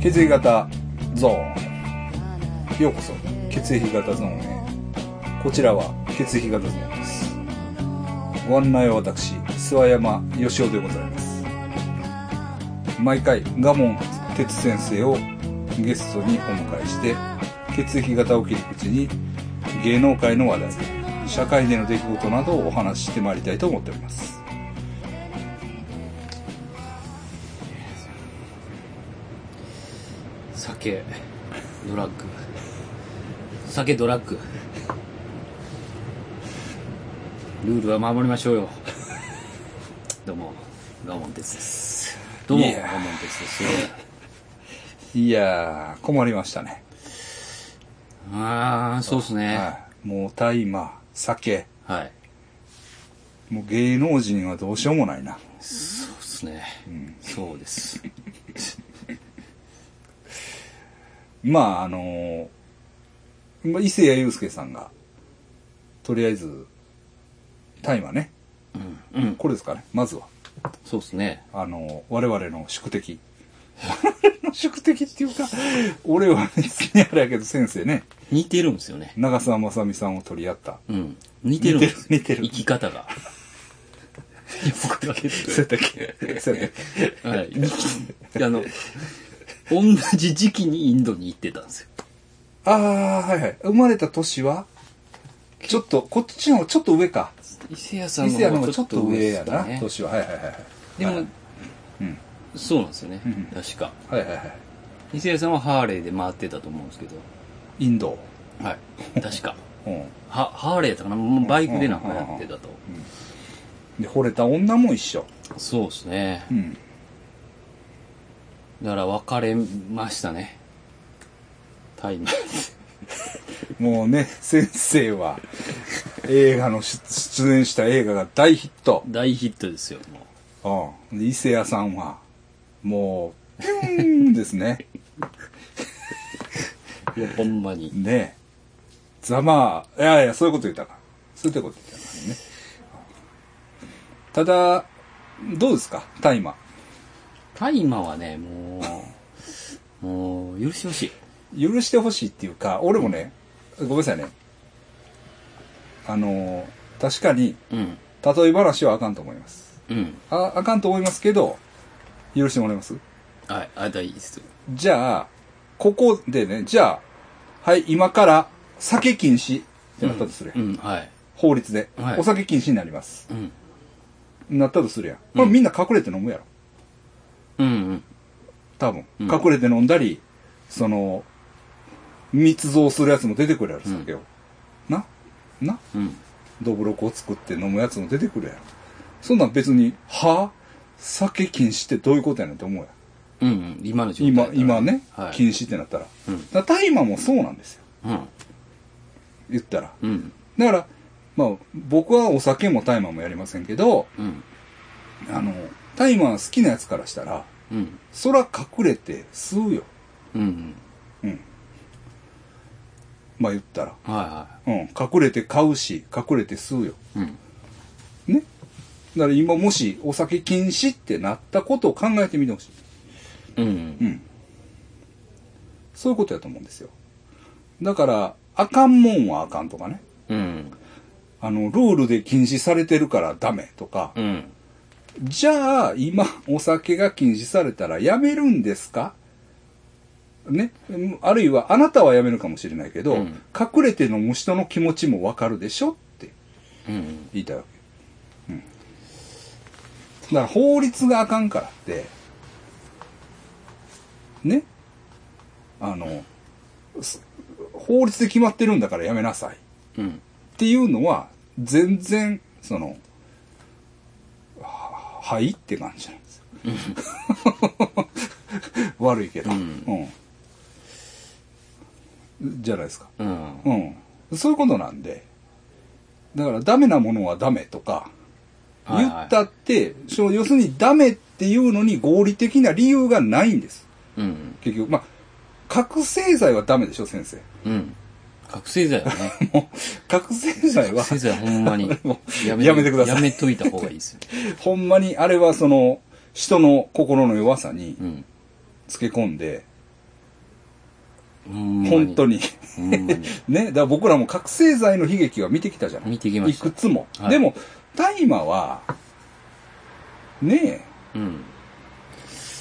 血液型ゾーン。ようこそ、血液型ゾーンへ。こちらは血液型ゾーンです。ご案内は私、諏訪山義雄でございます。毎回、賀門哲先生をゲストにお迎えして、血液型を切り口に芸能界の話題、社会での出来事などをお話ししてまいりたいと思っております。酒ドラッグ酒ドラッグルールは守りましょうよどうもガモン哲ですどうもいやーガモン哲ですいやー、困りましたね。ああそうっすねはい、もう大麻酒はい、もう芸能人はどうしようもないなそうっすね、そうですまああのーまあ伊勢谷友介さんがとりあえず大麻ねうん、うん、これですかねまずはそうっすねあのー我々の宿敵 我々の宿敵っていうか俺は、ね、好きにあれやけど先生ね似てるんですよね長澤まさみさんを取り合ったうん似てるんです似てる似てる生き方がいや僕だけですうやったっけそうやったっけはい。あの、同じ時期にインドに行ってたんですよ。ああはいはい生まれた年はちょっとこっちの方がちょっと上か伊勢谷さん伊の勢谷の方方ががちちょょっっとと上上ややな。な、で年は。はいはいはいはい。も、はいうん。そうなんですよねうん。確か。はいはいはい。伊勢谷さんはハーレーで回ってたと思うんですけど。インド。はい。確か。うん。は、ハーレーだったかなもうバイクでなんかやってたと。で、惚れた女も一緒。そうですねう。ん。だから別れましたね。タイム。もうね、 先生は、映画の出出演した映画が大ヒット。 大ヒットですよ、もう。うん。で伊勢屋さんは、もう、ピューンですね。 いや、ほんまに。ねざまあ、いやいや、そういうこと言ったか。そういうこと言ったからね。ただ、どうですか大麻。大麻はね、もう、もう、許してほしい。許してほしいっていうか、俺もね、ごめんなさいね。あのー、確かに、うん。例え話はあかんと思います。うん。あ、あかんと思いますけど、許してもらえますはい、あ、大好き。じゃあ、ここでね、じゃあ、はい、今から酒禁止ってなったとするやん。うん、はい。法律で、はいお酒禁止になります。うん。なったとするやん。これみんな隠れて飲むやろ。うん、うん。多分。うん隠れて飲んだり、その、密造するやつも出てくるやろ、うん酒を。ななうん。どぶろくを作って飲むやつも出てくるやろ。そんなん別に、は酒禁止ってどういうことやねんって思うやん。うん、うん。今の状態だ今か、ら。今ね、はい。禁止ってなったら。うん。だから大麻もそうなんですよ。うん。言ったら。うん。だから、まあ、僕はお酒も大麻もやりませんけど、うん。あの、大麻好きなやつからしたら、うん。そら隠れて吸うよ。うん。うん。まあ言ったら。はいはうん。隠れて買うし、隠れて吸うよ。い。うん。ね。だから今もしお酒禁止ってなったことを考えてみてほしい。うん。うん。そういうことやと思うんですよ。だから、あかんもんはあかんとかね。うん。あの、ルールで禁止されてるからダメとか、うん。じゃあ、今、お酒が禁止されたらやめるんですかね。うんあるいは、あなたはやめるかもしれないけど、うん隠れて飲む人の気持ちもわかるでしょってうん。言いたいわけ。うん。だから、法律があかんからって、ね。あの、す法律で決まってるんだからやめなさい。うん。っていうのは全然そのははいって感じなんです よ悪いけど、うんうんじゃないですか、うん。うん、そういうことなんでだからダメなものはダメとかはい言はいったって、その要するにダメっていうのに合理的な理由がないんですうん。結局まあ覚醒剤はダメでしょ先生うん。覚醒剤 はね。もう覚醒剤は覚醒剤はほんまにも。うめやめてくださいやめといた方がいいですよ。ほんまにあれはその人の心の弱さにうん。つけ込んで、うん本当に。 ほんまにね、だから僕らも覚醒剤の悲劇は見てきたじゃない見てきましたいくつも。はいでも、大麻は、ねうん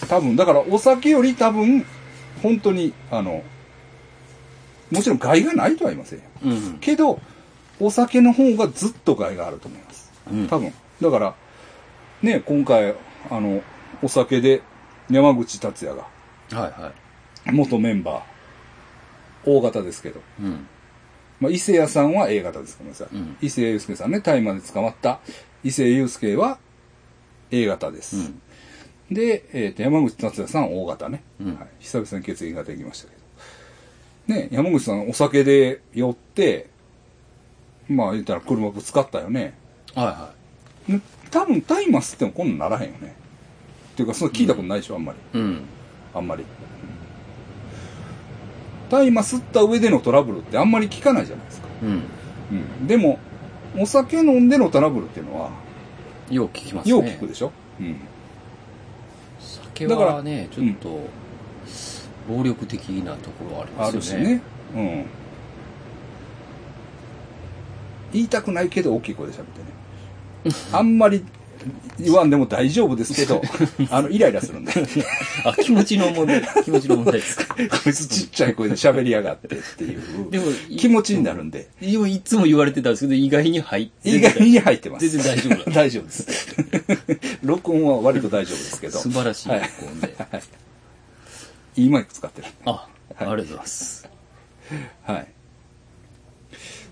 え、多分、だからお酒より多分、本当に、あの、もちろん害がないとは言いませんよ。うんけど、お酒の方がずっと害があると思います。うん多分。だから、ねえ、今回、あの、お酒で山口達也が、はいは元メンバー、大型ですけど、いうんまあ、伊勢谷さんは A 型です。ごめんなさい。うん伊勢谷友介さんね、大麻で捕まった伊勢谷友介は A 型です。うんで、えーと、山口達也さんは O 型ね、うんはい。久々に血液ができましたけど。ね、山口さんお酒で酔って、まあ言ったら車ぶつかったよね。はいはね多分大麻吸ってもこんなんならへんよね。っていうか、その聞いたことないでしょ、あんまり。いうんあんまり。大麻吸った上でのトラブルってあんまり聞かないじゃないですか。うんうん、でもお酒飲んでのトラブルっていうのはよう聞きますねよう聞くでしょ、酒はねちょっと暴力的なところはうん、あありるましすよねねうん、言いたくないけど大きい声で喋ってね あんまり言わんでも大丈夫ですけどあのイライラするんでこあ気 持ちの問題気持ちの問題ですかいつちっちゃい声で喋りやがってっていうでも気持ちになるんででもいつも言われてたんですけど意外に入って意外に入ってます全然大丈夫だ大丈夫です 録音は割と大丈夫ですけど素晴らしいはい録音で、いいマイク使ってるあありがとうございますはい。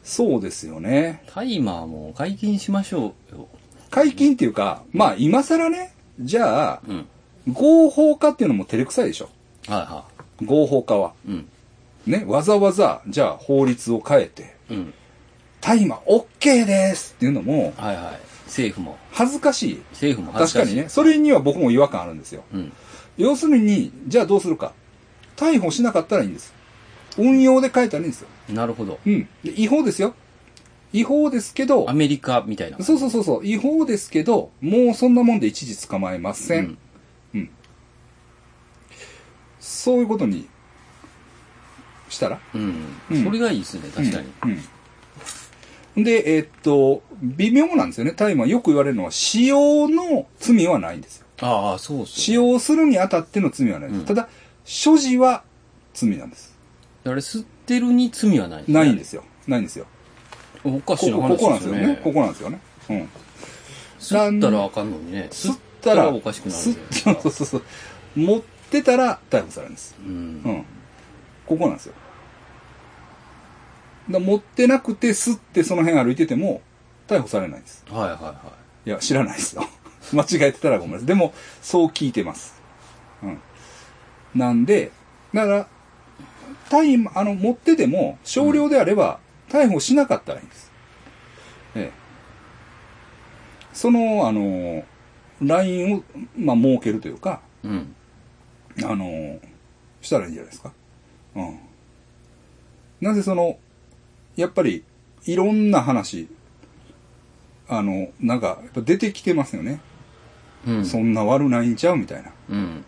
そうですよね。タイマーも解禁しましょうよ解禁っていうか、まあ今更ね、じゃあ、うん合法化っていうのも照れくさいでしょ。はいは合法化は。いうんね、わざわざ、じゃあ法律を変えて、うん大麻 OK ですっていうのも、はいはい政府も恥ずかしい。政府も恥確ずかかしにいね、それには僕も違和感あるんですよ。うん要するに、じゃあどうするか。逮捕しなかったらいいんです。運用で変えたらいいんですよ。なるほどうん。で違法ですよ。違法ですけどア、メリカみたいなそうそうそうそう、違法ですけど、もうそんなもんで一時捕まえません。うん。そういうことにしたらうん、うんそれがいいですね確かに、うん。で、えーっと、微妙なんですよね。大麻よく言われるのは、使用の罪はないんですよ。ああそうそ使う用するにあたっての罪はないです。うんただ、所持は罪なんです。あれ吸ってるに罪はない、ないんですよ。ないんですよ。おこかしなこ話こですこよなんですねよね。ここなんですよね。うん。吸ったらあかんのにね吸ったら、おかしくなるん吸でっそうそうそう。持ってたら逮捕されるんです。うんうん。ここなんですよ。だ持ってなくて、吸ってその辺歩いてても、逮捕されないんです。はいはいはいや、知らないですよ。 間違えてたらごめんなさい。でも、そう聞いてます。うん。なんで、だから、大麻、あの、持ってても、少量であれば、逮捕しなかったらいいんです。ええ。その、あの、ラインを、まあ、設けるというか、いうんあのしたらいいんじゃないですか。うん。なぜその、やっぱり、いろんな話、あの、なんか、やっぱ出てきてますよね。うんそんな悪ないんちゃうみたいな。うん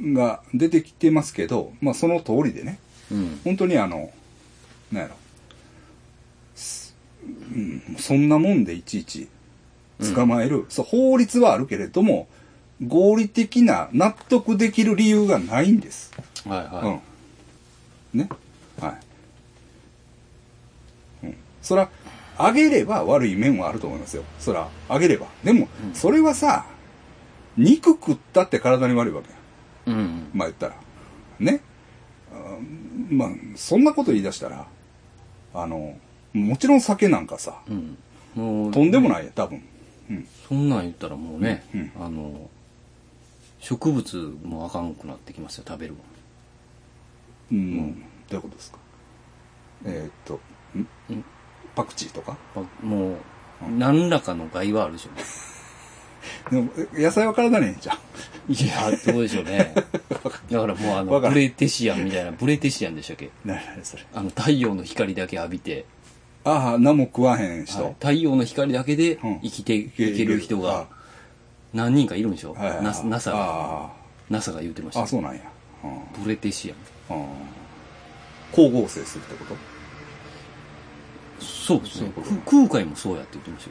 うん。が出てきてますけど、まあその通りでね、うん本当にあの、なんやろ。すうん、そんなもんでいちいち捕まえる、そう法律はあるけれども合理的な納得できる理由がないんです、はいはうんねはい、うん、そら上げれば悪い面はあると思いますよそら上げればでも、うんそれはさ肉食ったって体に悪いわけやいうんまあ言ったらねあーまあそんなこと言い出したらあのもちろん酒なんかさうんもうとんでもないや多分うんそんなん言ったらもうね、うんあの植物もあかんくなってきますよ食べるもうん、どういうことですかえーっとんんパクチーとかんあもう何らかの害はあるでしょでもえ野菜は体にええん ちゃう、いやそうでしょうねだからもうあ のわかるブレテシアンみたいなブレテシアンでしたっけう何何それあの太陽の光だけ浴びて、ああ何も食わへん人、はい太陽の光だけでうん生きていける人が何人かいるんでしょ、ああはいはいはい NASA あがあ NASA が言うてましあたそうなんや、うんブレテシアン。うん光合成するってことそうですね。そういうことく空海もそうやって言ってまし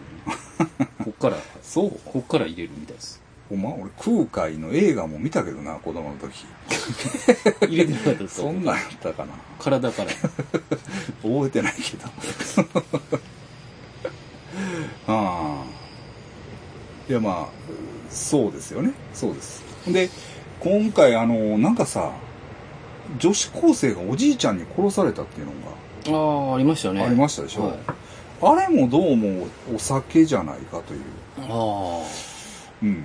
たよね。 こっから、そうこっから入れるみたいです。お前俺空海の映画も見たけどな子供の時入れてなかったですかそんなんやったかな体 から。覚えてないけど ああいやまあそうですよねそうですで今回あのなんかさ女子高生がおじいちゃんに殺されたっていうのああ、ありましたね。がありましたでしょ、はいあれもどうもお酒じゃないかというああ。うん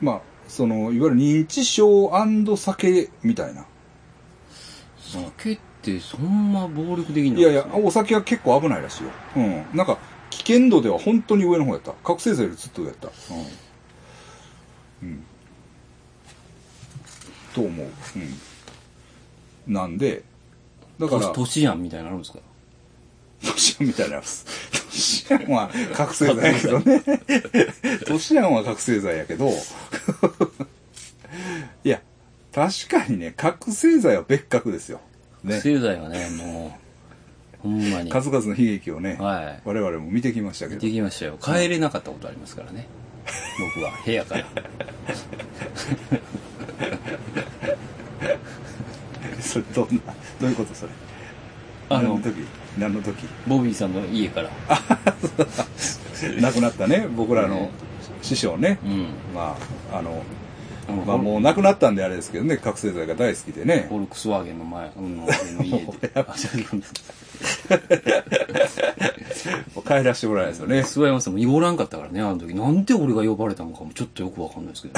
まあそのいわゆる認知症酒みたいな酒ってそんな暴力的なんいですやねいや、お酒は結構危ないらしいよ。うん。なんか、危険度では本当に上の方やった。覚醒剤よりずっと上やった。うん。うん。と思う。うん。なんで、だから、都ト市やんみたいになるんですかシアンみたいなやつ。トシアンは覚醒剤やけど ね。トシアンは覚醒剤やけど、いや、確かにね、覚醒剤は別格ですよ。ね。製剤はね、もう、ほんまに。数々の悲劇をね、はい。我々も見てきましたけどで。きましたよ。帰れなかったことあります からね。僕は、部屋から。それどんなどういうことそれあ何のの時何の時ボビーさんの家から。亡くなったね僕らのね師匠ね、うん。まああのあのまあもう亡くなったんであれですけどね覚醒剤が大好きでねフォルクスワーゲンの前、うん、の俺の家 で。 あ帰らせてもらえないですよね諏訪山さんもおらんかったからね、あの時。なんで俺が呼ばれたのかもちょっとよくわかんないですけ ど。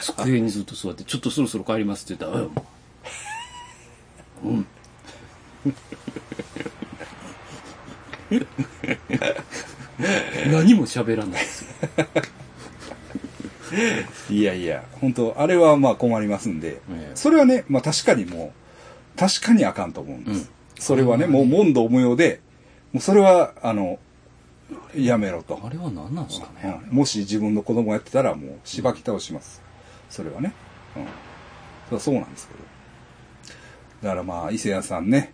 机にずっと座って、ちょっとそろそろ帰りますって言ったら、うん うん。何も喋らないですよ。いやいや本当あれはまあ困りますんで、ええそれはね、まあ、確かにもう確かにあかんと思うんです、うんそれはね、もう問答無用でもうそれはあのやめろとあれは何なんですかね。うんもし自分の子供やってたらもうしばき倒します、それはね、うん、それはそうなんですけどだからまあ伊勢屋さんね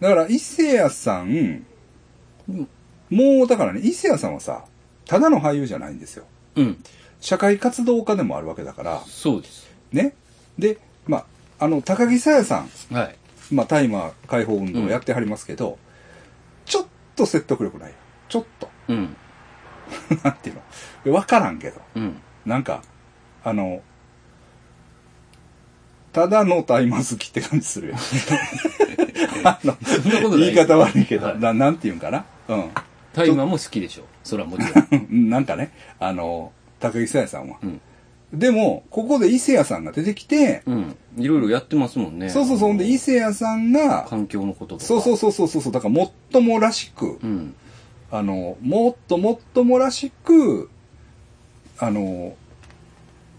だから伊勢屋さんうんもうだからね伊勢屋さんはさただの俳優じゃないんですようん。社会活動家でもあるわけだからそうです。ねでまああの高木さやさんはい。まあ大麻解放運動やってはりますけど、ちょっと説得力ないよちょっと うん。なんていうのわからんけどうん。なんか、あの、ただの大麻好きって感じするよ。 あの そんなことな言いい方悪いけど、はいななんていうんかな。タイマーも好きでしょ。それはもちろん。うん。なんかね、あの、高木さやさんは。うん。でも、ここで伊勢谷さんが出てきて、うん。いろいろやってますもんね。そうそうそう、ほんで伊勢谷さんが、環境のこととか。そうそうそうそうそう、だから、もっともらしく、うん。あの、もっともっともらしく、あの、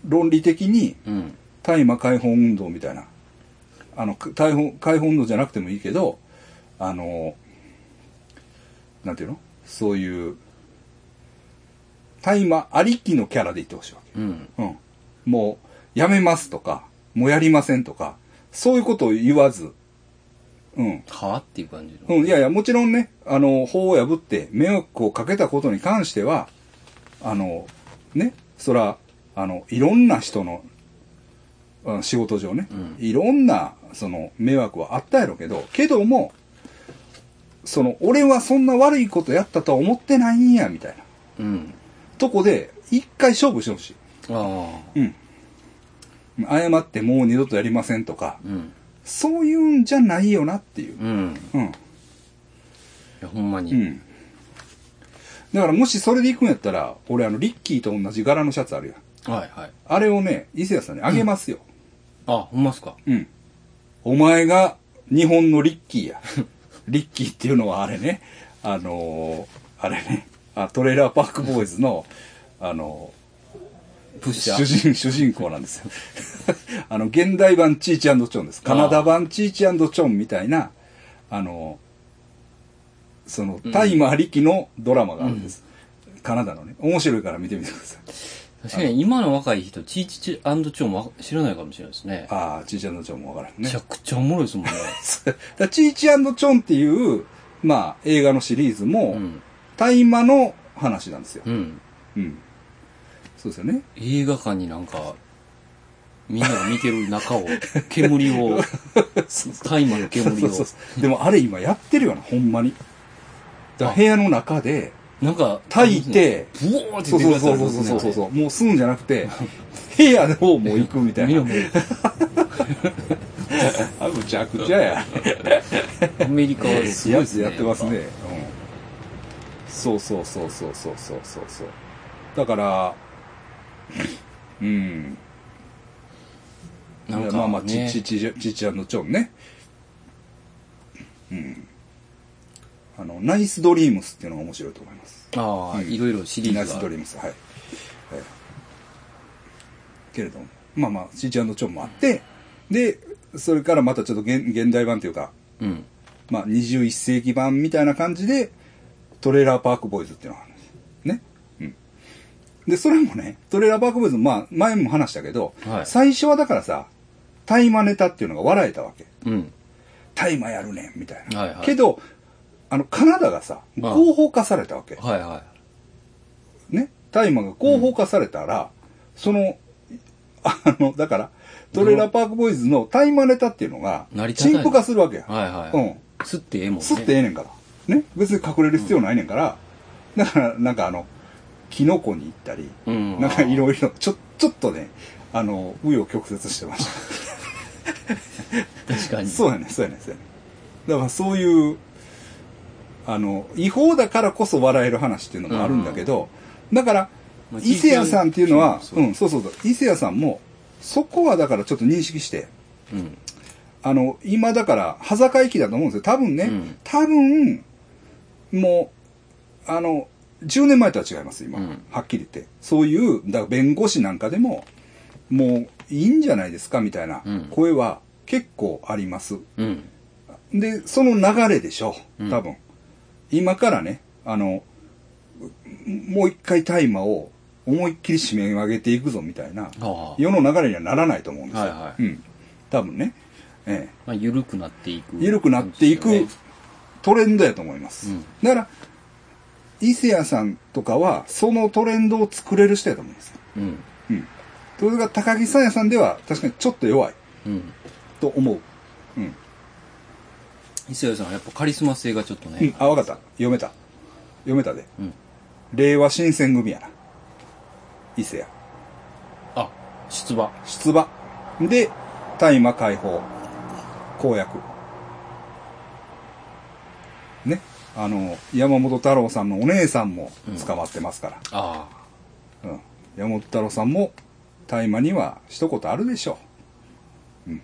論理的に、うん。大麻解放運動みたいなあのく解放解放運動じゃなくてもいいけどあのなんていうのそういう大麻ありきのキャラでいってほしいわうん。け、うん、もうやめますとかもうやりませんとかそういうことを言わず、うんはあっていう感じの。うん、いやいやもちろんねあの法を破って迷惑をかけたことに関してはあのねそらあのいろんな人のあ仕事上ね、うんいろんなその迷惑はあったやろうけどけどもその俺はそんな悪いことやったとは思ってないんやみたいなうん。とこで一回勝負してほしああ。い、うん、謝ってもう二度とやりませんとかうん。そういうんじゃないよなっていう、うん。いうん、や、ほんまに。うん。だからもしそれで行くんやったら、俺あの、リッキーと同じ柄のシャツあるやん。はいはい。あれをね、伊勢谷さんにあげますよ。あ、ほんまっすか。うん。お前が日本のリッキーや。 リッキーっていうのはあれね、あのーあれね、あトレーラーパークボーイズの、あのプッーシャ主ー。人、主人公なんですよ。 あの、現代版チーチチョンです。カナダ版チーチチョンみたいな、あのーその、タイマー力のドラマがあるんです。カナダのね、面白いから見てみてください。確かに今の若い人、チーチチチョも知らないかもしれないですね。ああ、ちーちゃんのちょんもわからんめねち。ゃくちゃおもろいですもん ね。 だからチーチーチョンっていう、まあ、映画のシリーズうも、ん。大麻の話なんですよ。うん。うん。そうですよね。映画館になんか、みんなが見てる中を、 煙を、大麻の煙そをう。そうそう。でもあれ今やってるよな、ほんまに。だから部屋の中で、なんか、炊いて、ブオーってそう出るそうやつあそりうそうそますねうそうそうもうすんじゃなくて、部屋の方も行くみたいな。あ、むちゃくちゃや。アメリカはすごいやでつすね。やって ますね。うん。そうそうそうそうそうそうそうそう。だから、うん。なんかねまあまあ、ち、ち、ち、ちちゃんのちょんね。うん。あの、ナイスドリームスっていうのが面白いと思います。ああ、うんいろいろシリナーイズスがドリームス、はい。ええけれども、まあまあ、ちちゃんのちょんもあって、で、それからまたちょっと現現代版というか、うん。まあ、21世紀版みたいな感じで、トレーラーパークボーイズっていうのがあるんです。ね。うん。で、それもね、トレーラーパークボーイズ、まあ、前も話したけど、はい最初はだからさ、大麻ネタっていうのが笑えたわけ。うん。大麻やるねん、みたいな。はいはいけど、あの、カナダがさ、まあ合法化されたわけ。はいはね。大麻が合法化されたら、その、あの、だから、トレーラーパークボーイズの大麻ネタっていうのが成り、立たない陳腐化するわけや。い。はいはい。うん。吸ってええもんね。吸ってええねんから。ね。別に隠れる必要ないねんから。だから、なんかあの、キノコに行ったり、うんなんかいろいろ、ちょ、ちょっとね、あの、紆余曲折してました。確かに。そうやねんそうやねんそうやねんだからそういう、あの、違法だからこそ笑える話っていうのもあるんだけど、だからまあ、伊勢谷さんっていうのは、、そううそうんそうそうそう、伊勢谷さんも、そこはだからちょっと認識して、うん。あの、今だから、裸行きだと思うんですよ。多分ね、うん多分、もう、あの、10年前とは違います、今。うんはっきり言って。そういう、だから弁護士なんかでも、もういいんじゃないですか、みたいなうん声は結構あります。うん。で、その流れでしょうう、ん多分。今からね、あの、もう一回大麻を思いっきり締め上げていくぞ、みたいな、ああ。世の流れにはならないと思うんですよ。はいはいうん。多分ね。ええ。まあ、緩くなっていく。緩くなっていそうでくすよねトレンドやと思います。うんだから、伊勢谷さんとかは、そのトレンドを作れる人やと思うんですよ。うん。うん。それが高木さんやさんでは、確かにちょっと弱いうん。と思う。うん。伊勢谷さんはやっぱカリスマ性がちょっとうんね。あ、わかった。読めた。読めたで。うん。令和新選組やな。伊勢谷。あ、出馬。出馬。で、大麻解放。公約。ね。あの、山本太郎さんのお姉さんも捕まってますから。ああ。うん、山本太郎さんも大麻には一言あるでしょう、うん、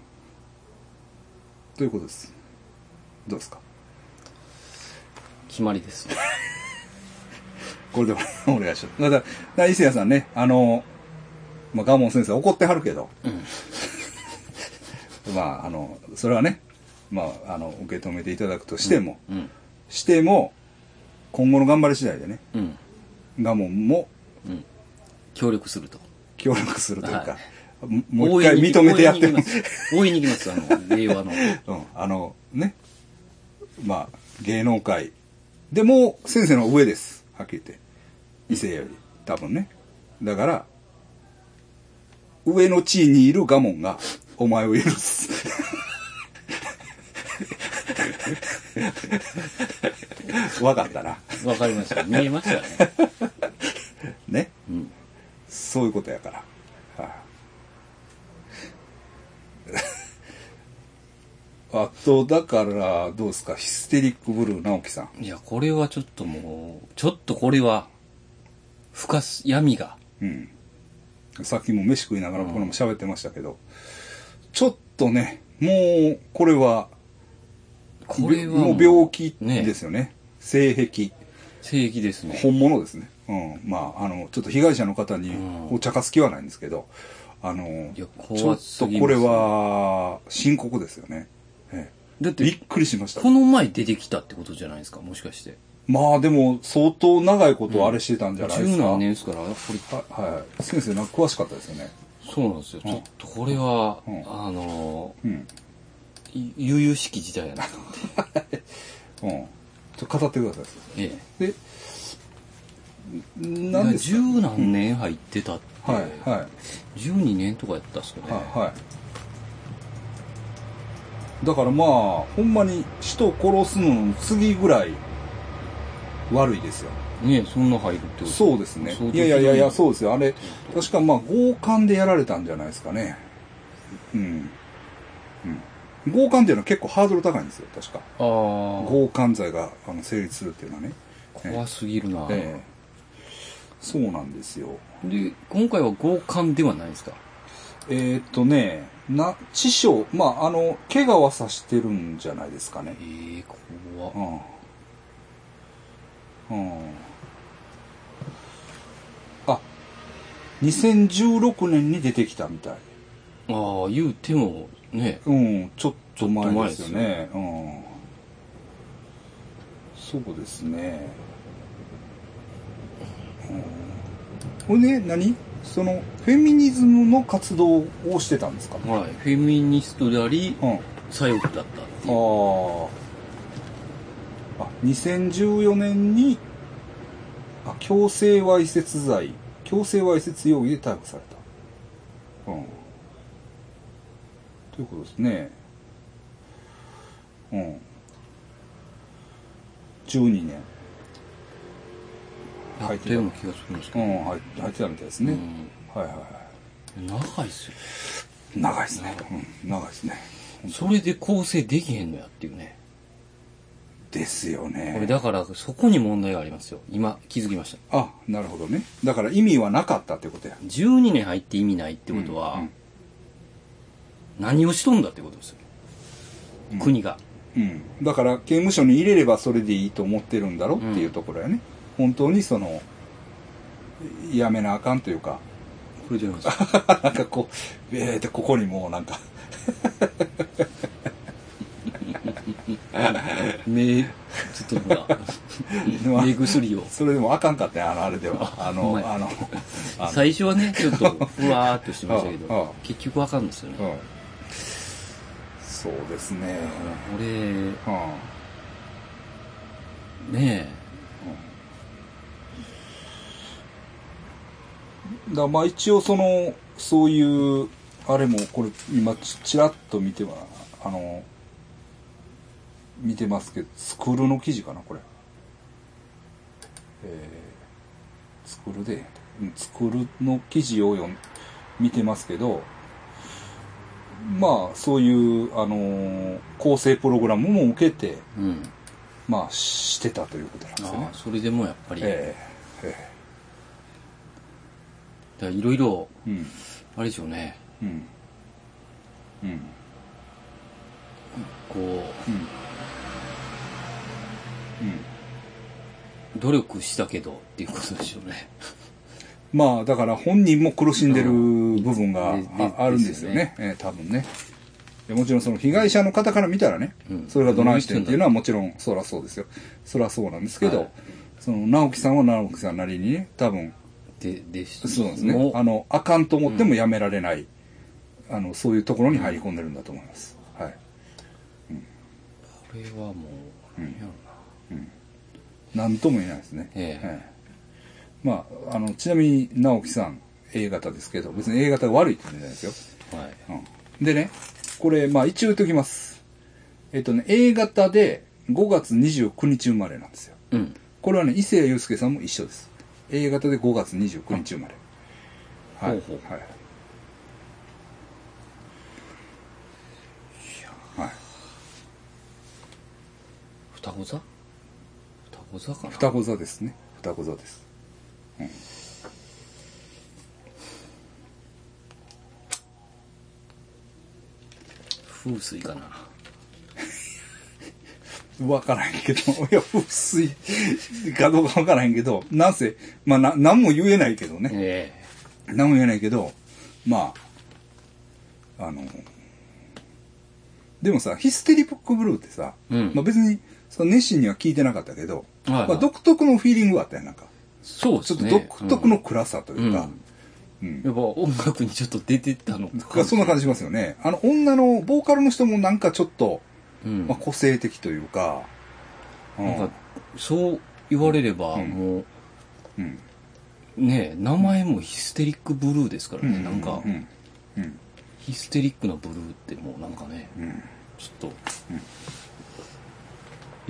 ということですどうですか決まりです。これでおお願いしますだからだから伊勢谷さんねあのまあ蒲門先生怒ってはるけど、まああのそれはねまああの受け止めていただくとしても、うん。しても今後の頑張り次第でねうん。蒲門もうん。協力すると。協力するというか、はももう一回認めてやっても応援に行きます。応援に行きます。あの、令和の。うん、あのねまあ芸能界でもう先生の上ですはっきり言って伊勢より多分ねだから上の地位にいる我門がお前を許すわかったなわかりました。見えましたね。ねうん。そういうことやから、はい あとだからどうですかヒステリックブルー直樹さんいや、これはちょっともう、ちょっとこれは、深す、闇が。うん。さっきも飯食いながら僕らも喋ってましたけど、ちょっとね、もう、これは、これはもう病気ねですよね。性癖。正義ですね。本物ですね。うん。まあ、あの、ちょっと被害者の方にうんお茶化す気はないんですけど、あの、いちやょ怖っすとぎこますねれは、深刻ですよね。ええだっびてっ、くりしました。この前出てきたってことじゃないですか、もしかして。まあでも相当長いことあれしてたんじゃないです十か、何年ですから、やっぱり、ははい先生なんか詳しかったですよねそうなんですよ。ちょっとこれは、うんあのうんー、い悠々しき時代やなと思って。うんちょっと語ってください えでえ。何です十何年入ってたって、かはいはい12年とかやったっすかね。はいはいだからまあほんまに人を殺すのの次ぐらい悪いですよねえそんな入るってことそうですね相当いやいやいやいやひどそうですよあれ確かまあ強姦でやられたんじゃないですかねうん、うん、強姦っていうのは結構ハードル高いんですよ確かああ、強姦罪があの成立するっていうのはね、怖すぎるな。ええそうなんですよで、今回は強姦ではないですか。えーっとねな致傷まああの怪我はさしてるんじゃないですかねええ怖っうんうんあ2016年に出てきたみたいああ、言うても、ね、うん、ちょっと前前でですすよよね。うん。そうですね。うん、これね、何その、フェミニズムの活動をしてたんですかうん。あはい、フェミニストであり、あ。左翼だったっていう。あ、2014年に、あ、強制わいせつ罪、強制わいせつ容疑で逮捕された。うん。ということですね。うん。12年。やったような気がするんですけうど。ん、入って入ってたみたいですね。はいはいはうん長いっすよ。い。長いですね。うん、長いですね。それで構成できへんのやっていうね。ですよこれね。だから、そこに問題がありますよ。今、気づきました。あ、なるほどね。だから意味はなかったってことや。 12年入って意味ないってことは、うん何をしとんだってことですよ。国が。うん、だから刑務所に入れればそれでいいと思ってるんだろっていうところやね、本当にそのやめなあかんというか これでやります。なんかこうえー、ってここにもうなんか目、ちょっと ほうわら、目薬を。それでもあかんかったねあのあれで はあほんのまやあのあの最初はね、ちょっと、ふわーっとしてましたけああああど、結局わかんないですようね。ん、そうですね俺、うんねだからまあ一応そのそういうあれもこれ今ちちらっと見てはあの見てますけどスクールの記事かなこれえースクールでうんスクールの記事を読ん見てますけどまあそういうあのー構成プログラムも受けてえ、うん。まあしてたということなんですよねああ、それでもやっぱり、だかえええらいろいろ、えうんあれでしょうね、うんうんこう、うんうん努力したけどっていうことでしょうね。 まあだから本人も苦しんでる部分がうんででああるんですよね、えー多分ねいやもちろんその被害者の方から見たらね、うんそれがどないしてんっていうのはもちろんそらそうですよそらそうなんですけど、はいその直樹さんは直樹さんなりにね多分で、でしそうなんですねもあのあかんと思ってもやめられない、あのそういうところに入り込んでるんだと思います、はいこれはもう、なんやろな。何とも言えないですね。ええはいまあ、あの、ちなみに直樹さん A 型ですけど、別に A 型が悪いって言うんじゃないですはい。よ。うん。でね、これ、まあ一応言っときます。えっとね、A 型で5月29日生まれなんですよ。うん。これはね、伊勢谷友介さんも一緒です。A 型で5月29日生まれ。うんはい。ほうほはい。はい、双子座双子座かな双子座ですね。双子座です。風水かな。わからへんけど、 いや、薄いかどうかわからへんけど、なんせ、まあ、な、なんも言えないけどね。えなんも言えないけど、まあ、あの、でもさ、ヒステリックブルーってさ、うんまあ別に、その熱心には聞いてなかったけど、はいはいまあ、独特のフィーリングがあったやんなんかそうでちょっすとね。独特の暗さとういん、ううか、んうんやっぱ音楽にちょっと出てたのか。そんな感じしますよねあの女のボーカルの人もなんかちょっと、うん。まあ、個性的というか、うんなんか、そう言われれば、うんもう、うんねえ名前もヒステリックブルーですからね、なんか、うんうんヒステリックなブルーってもうなんかね、うんちょっと、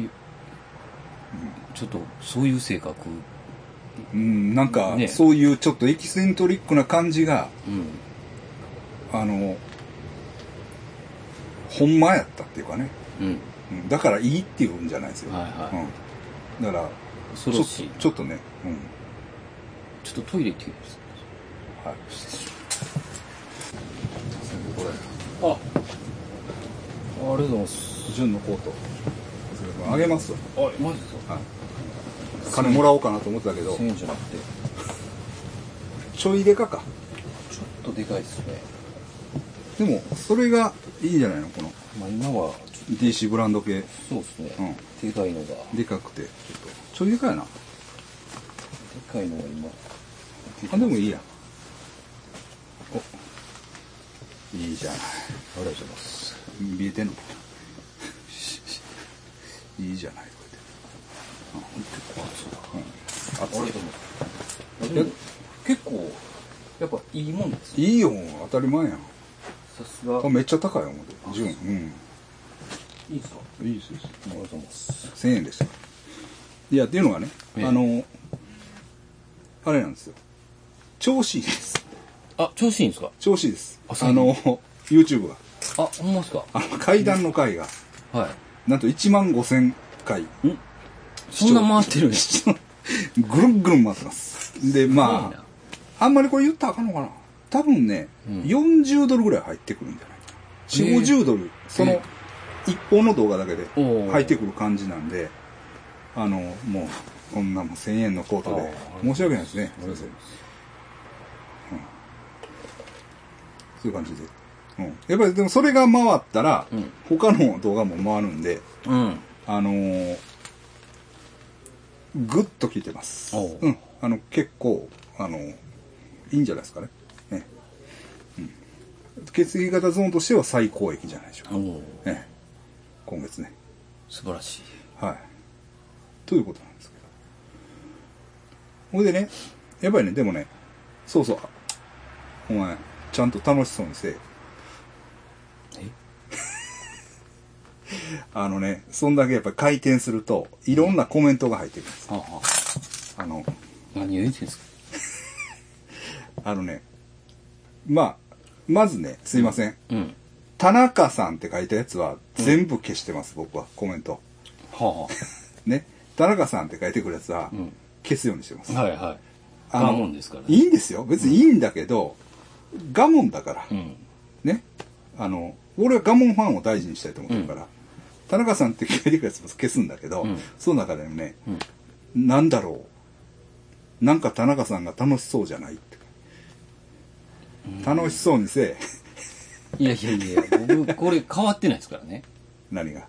いちょっとそういう性格、うん、なんか、ねそういうちょっとエキセントリックな感じがうん、あのほんまやったっていうかね、うん、うん、だからいいっていうんじゃないですよ、はいはうい。ん、だからち恐ょろっしい。とちょっとね、うんちょっとトイレ行ってきます。はい、これあ、ありがとうございます。純のコートあげますわはい、マジですか金もらおうかなと思ってたけど1000円じゃなくて、ちょいでかかちょっとでかいですね。でもそれがいいんじゃないのこのまあ今は、ちょ DC ブランド系そうですね、でかいのが、ででかくてちょっとちょいでかいなかいのが今、あでもいいやおいいじゃないありがとうございます。見えてんの いいじゃないこあ、そうだ。れで、うん、熱いでも結構やっぱいいもんですいいよ当たり前やんさすがあめっちゃ高い思て純うんいいぞいいですよありがとうございます1000円でしたいやっていうのがね、ええあのあれなんですよ調子いいですあ調子いいんですか調子いいですああそうの YouTube があほんまですかあの階段の回がはなんと1万5000回いんそんな回ってるんです視聴 ぐるんぐるん回ってますでまああんまりこれ言ったらあかんのかな多分ね、うん40ドルぐらい入ってくるんじゃない4ええ5 0ドルそのえ一本の動画だけでおー入ってくる感じなんであのもうこんなもん1000円のコートであー申し訳ないですねありがとうございまそういう感じで、うん、やっぱりでもそれが回ったら、うん他の動画も回るんでうんあのー、ぐっと聞いてます。おううん。あの、結構、あのーいいんじゃないですかね。ねうん。血液型ゾーンとしては最高益じゃないでしょうか。おおね、今月ね。素晴らしいはい。ということなんですけど。ほいでね、やばいね、でもね、そうそう。お前、ちゃんと楽しそうにせえ。えあのね、そんだけやっぱり回転すると、いろんなコメントが入ってくるんです。あああの、何を言ってんですかあのね、まあ、まずね、すいません。うん田中さんって書いたやつは全部消してます、僕は、コメント。はね。田中さんって書いてくるやつはうん消すようにしてます。あはいはいあのあもんですからいいんですよ。別にいいんだけど、我慢だからう。んね。あの、俺は我慢ファンを大事にしたいと思ってるから、田中さんって書いてくるやつも消すんだけど、うんその中でもね、うんなんだろう。なんか田中さんが楽しそうじゃないって。楽しそうにせえ。いやいやいや僕これ変わってないですからね何が。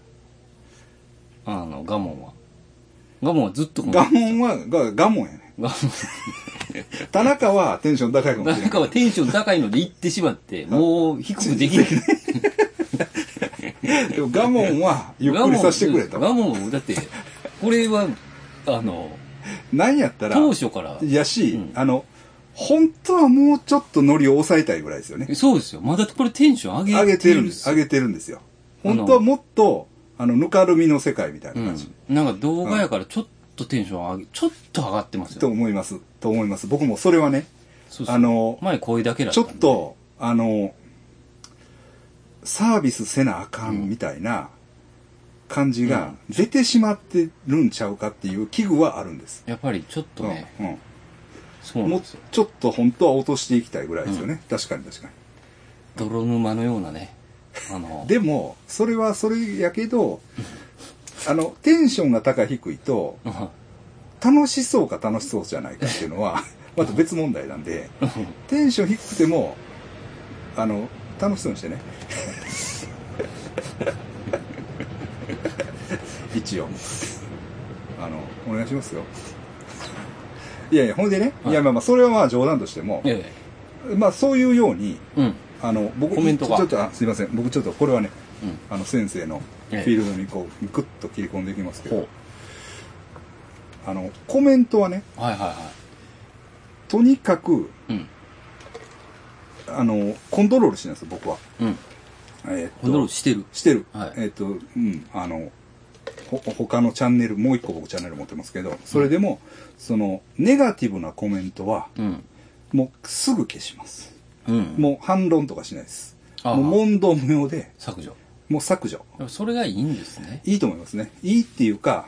あのガモンはガモンはずっとこの我慢は、が、我慢やね。ガモン田中はテンション高いかもしれな。ないんかはテンション高いので行ってしまって、もう低くできない。でも我慢はゆっくりさせてくれガと。モンガモンだって、これは、あの、何やったら、当初から、やし、うんあの、本当はもうちょっとノリを抑えたいぐらいですよね。そうですよ。まだこれテンション上げ上げてるんんで。ですす上よげてるんですよ。本当はもっと、あの、ぬかるみの世界みたいな感じ。うん。なんか動画やからちょっとテンション上げ、ちょっと上がってますとよ。思います。と思います。僕もそれはね、そうそうあの、前声だけだちったょんでっ、と、あの、サービスせなあかんみたいな感じが出てしまってるんちゃうかっていう危惧はあるんです。やっぱりちょっとね、うんうんそうなもんうですよ。ちょっと本当は落としていきたいぐらいですよね。確かに確か泥沼のようなね、あの に。、でも、それはそれやけど、あの、テンションが高い低いと、楽しそうか楽しそうじゃないかっていうの は、また別問題なんで、テンション低くても、あの、 楽しそうにしてね。一一応。あの、お願いしますよ。いやいや、ほんでね、い、や、まあまあ、それはまあ冗談としても、えまあそういうように、え。うん。あの、僕、コメントがちょっと、あすいません、僕ちょっと、これはね、うんあの、先生のフええィールドにこう、グッと切り込んでいきますけど、ほあの、コメントはね、う。はいはいはとにかく、い。うん。あの、コントロールしてるんですよ、僕は。うん。えーっとコントロールしてる。してる。はいえーっと、うん、あの、ほ、他のチャンネル、もう一個僕チャンネル持ってますけど、それでも、その、ネガティブなコメントは、うん。もうすぐ消します。うん。もう反論とかしないです。あもあう問答無用で、削除。もう削除。でもそれがいいんですね。いいと思いますね。いいっていうか、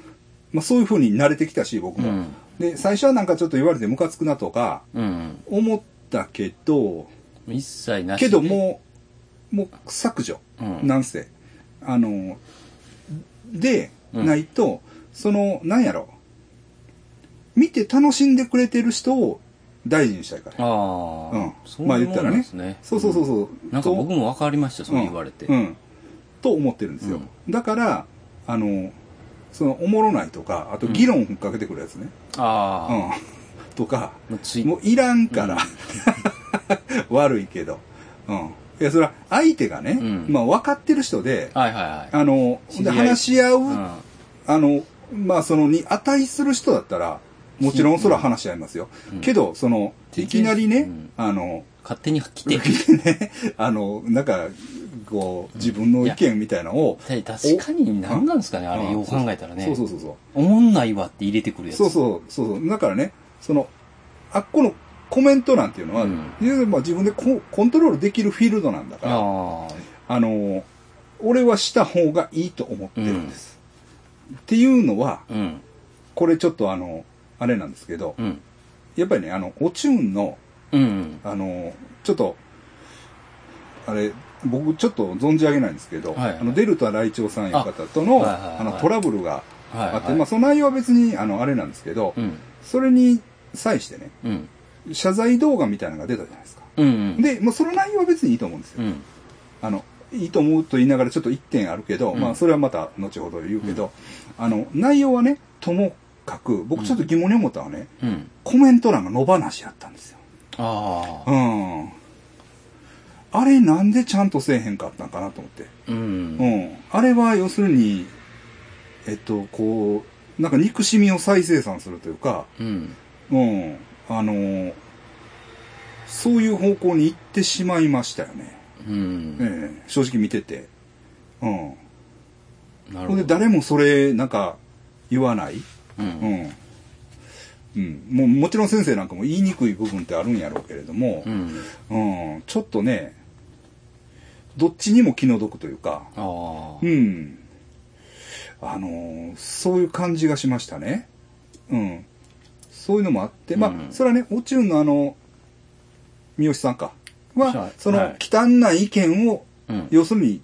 まあそういう風に慣れてきたし、僕も。うんで、最初はなんかちょっと言われてムカつくなとか、うん。思ったけど、一切なしけで。どもう、もう削除。うんなんせ。あの、で、うんないと、その、なんやろ。見て楽しんでくれてる人を大事にしたいから。ああ。うそん。うまあいう言っもたんらなんでね。すね。そうそうそうう。そう。なんかと僕も分かりました、そう言われて。うんうんと思ってるんですよ、だからあのそのおもろないとかあと議論をふっかけてくるやつね、あうあ。ん とかもうついもういらんから、 悪いけど、うん、いやそれは相手がね、うんまあ、分かってる人ではいはいはあの知りで合い話し合う、い。あのまあそのに値する人だったらもちろんそれは話し合いますよ、うんけどそのいきなりね、うんあの勝手に来て。ね、あの、なんか、こう、自分の意見みたいなのを、た確かに何なんですかね、あうれ、んよう考えたらね。そうそうそうそう。おもんないわって入れてくるやつ。そうそうそうそう。だからね、その、あっこのコメントなんていうのは、うんいやまあ自分でココントロールできるフィールドなんだから、あああ。の、俺はした方がいいと思ってるんです。っていうのは、うん。これちょっとあの、あれなんですけど、うん。やっぱりね、あの、オチューンの、うん。あの、ちょっと、あれ、僕ちょっと存じ上げないんですけど、はいはいあのデルタ来長さんいう方とのあはいはいはいあのトラブルがはい、あって、はい。まあ、その内容は別にあのあれなんですけど、うん。それに際してね、うん。謝罪動画みたいなのが出たじゃないですか。うん。うん。で、もうその内容は別にいいと思うんですよ。うん。あの、いいと思うと言いながらちょっと一点あるけど、うんまあそれはまた後ほど言うけど、あの、内容はね、ともかく、僕ちょっと疑問に思ったのはね、うん。コメント欄が野放しやったんですよ。ああ。うん。あれなんでちゃんとせえへんかったんかなと思って。うん。うん。あれは要するに、えっと、こう、なんか憎しみを再生産するというか、うん。うん。あの、そういう方向に行ってしまいましたよね。うん。ええ正直見てて。うん。なるほほんでど。誰もそれ、なんか、言わない。う。うんん。うん。もうもちろん先生なんかも言いにくい部分ってあるんやろうけれども、うん。うん、ちょっとね、どっちにも気の毒というか、ああう。ん。あのーそういう感じがしましたね。うん。そういうのもあって、まあ、うんそれはね、オチュンのあの、三好さんか。は、はいその、はい汚い意見を、うん。要するに、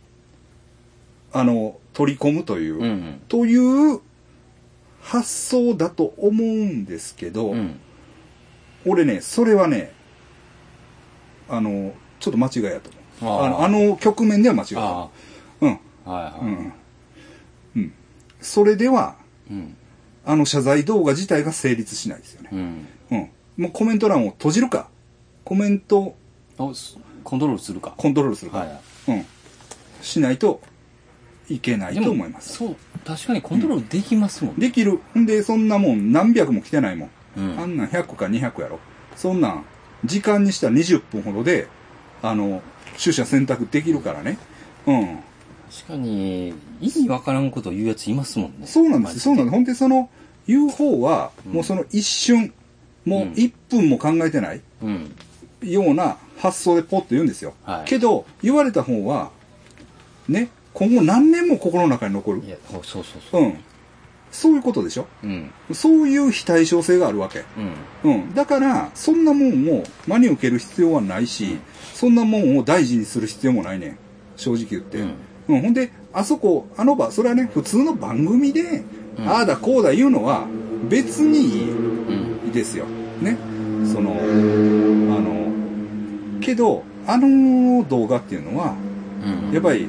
あの、取り込むという、うん。という発想だと思うんですけど、うん。俺ね、それはね、あの、ちょっと間違いやと思う。あーあのあの局面では間違いだあと思う。あ。はういん。うはん。うん。それでは、い。うん。あの謝罪動画自体が成立しないですよね。うん。うん。もうコメント欄を閉じるか、コメントをあ、すコントロールするか。コントロールするか、はい。うん。しないといけないと思います。そう、確かにコントロールできますもんね。できる。んで、そんなもん何百も来てないもん。うんあんなん100か200やろ。そんなん、時間にしたら20分ほどで、あの、取捨選択できるからね。うん。確かに、意味わからんことを言うやついますもんね。そうなんですよ。そうなんです。ほんで、その、言う方は、もうその一瞬、もううん1分も考えてないうん。ような発想でポッと言うんですよ。はいけど、言われた方は、ね、今後何年も心の中に残るい。や、そうそうそう。うん。そういうことでしょうん。そういう非対称性があるわけ。うん。うん、だから、そんなもんを真に受ける必要はないし、そんなもんを大事にする必要もないねん。正直言って。ううんん、ほんで、あそこ、あの場、それはね、普通の番組で、うんああだこうだ言うのは、別にうん。いいですよ。ね。その、あの、けど、あの動画っていうのは、うん。やっぱり、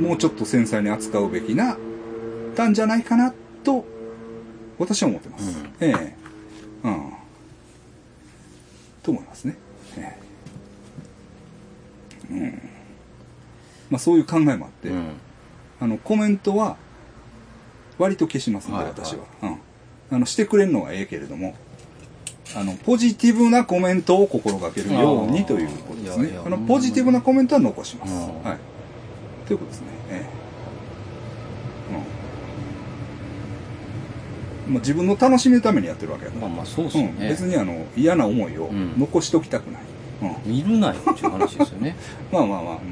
もうちょっと繊細に扱うべきなったんじゃないかなと、私は思ってます。うんええうん。と思いますね。ええうん。まあそういう考えもあって、うんあの、コメントは、割と消しますんで、はいはい私は。うん。あの、してくれるのはええけれども、あの、ポジティブなコメントを心がけるようあにーということですいやいねや。あの、ポジティブなコメントは残します。うんはい。ということですね。ええ。うん。まあ、自分の楽しみのためにやってるわけやかまら。あまあそうですうよん。ね、別にあの、嫌な思いをうん残しときたくない。うん。見るなよっていう話ですよね、まあまあまあ。うんう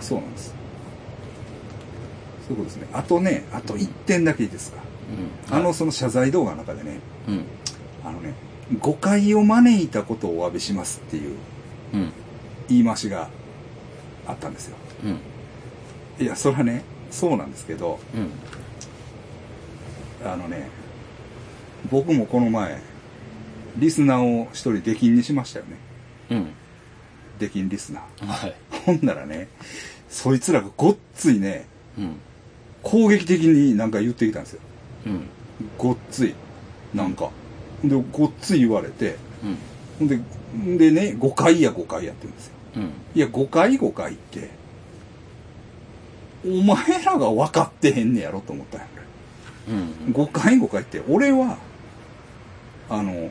そうなんです。そういうことですね。あとね、あと1点だけいいですか。ん、あの、その謝罪動画の中でね、うんあのね、誤解を招いたことをお詫びしますっていううん言い回しがあったんですよ。うんいや、それはね、そうなんですけど、うんあのね、僕もこの前、リスナーを一人出禁にしましたよね。うん出禁リスナはいー。ほんならね、そいつらがごっついね、うん攻撃的になんか言ってきたんですよ。うんごっついなんかでごっつい言われてうほんんでんでね5回や5回やってるんですようんいや5回5回ってお前らが分かってへんねやろと思ったんやうん5回5回って俺はあの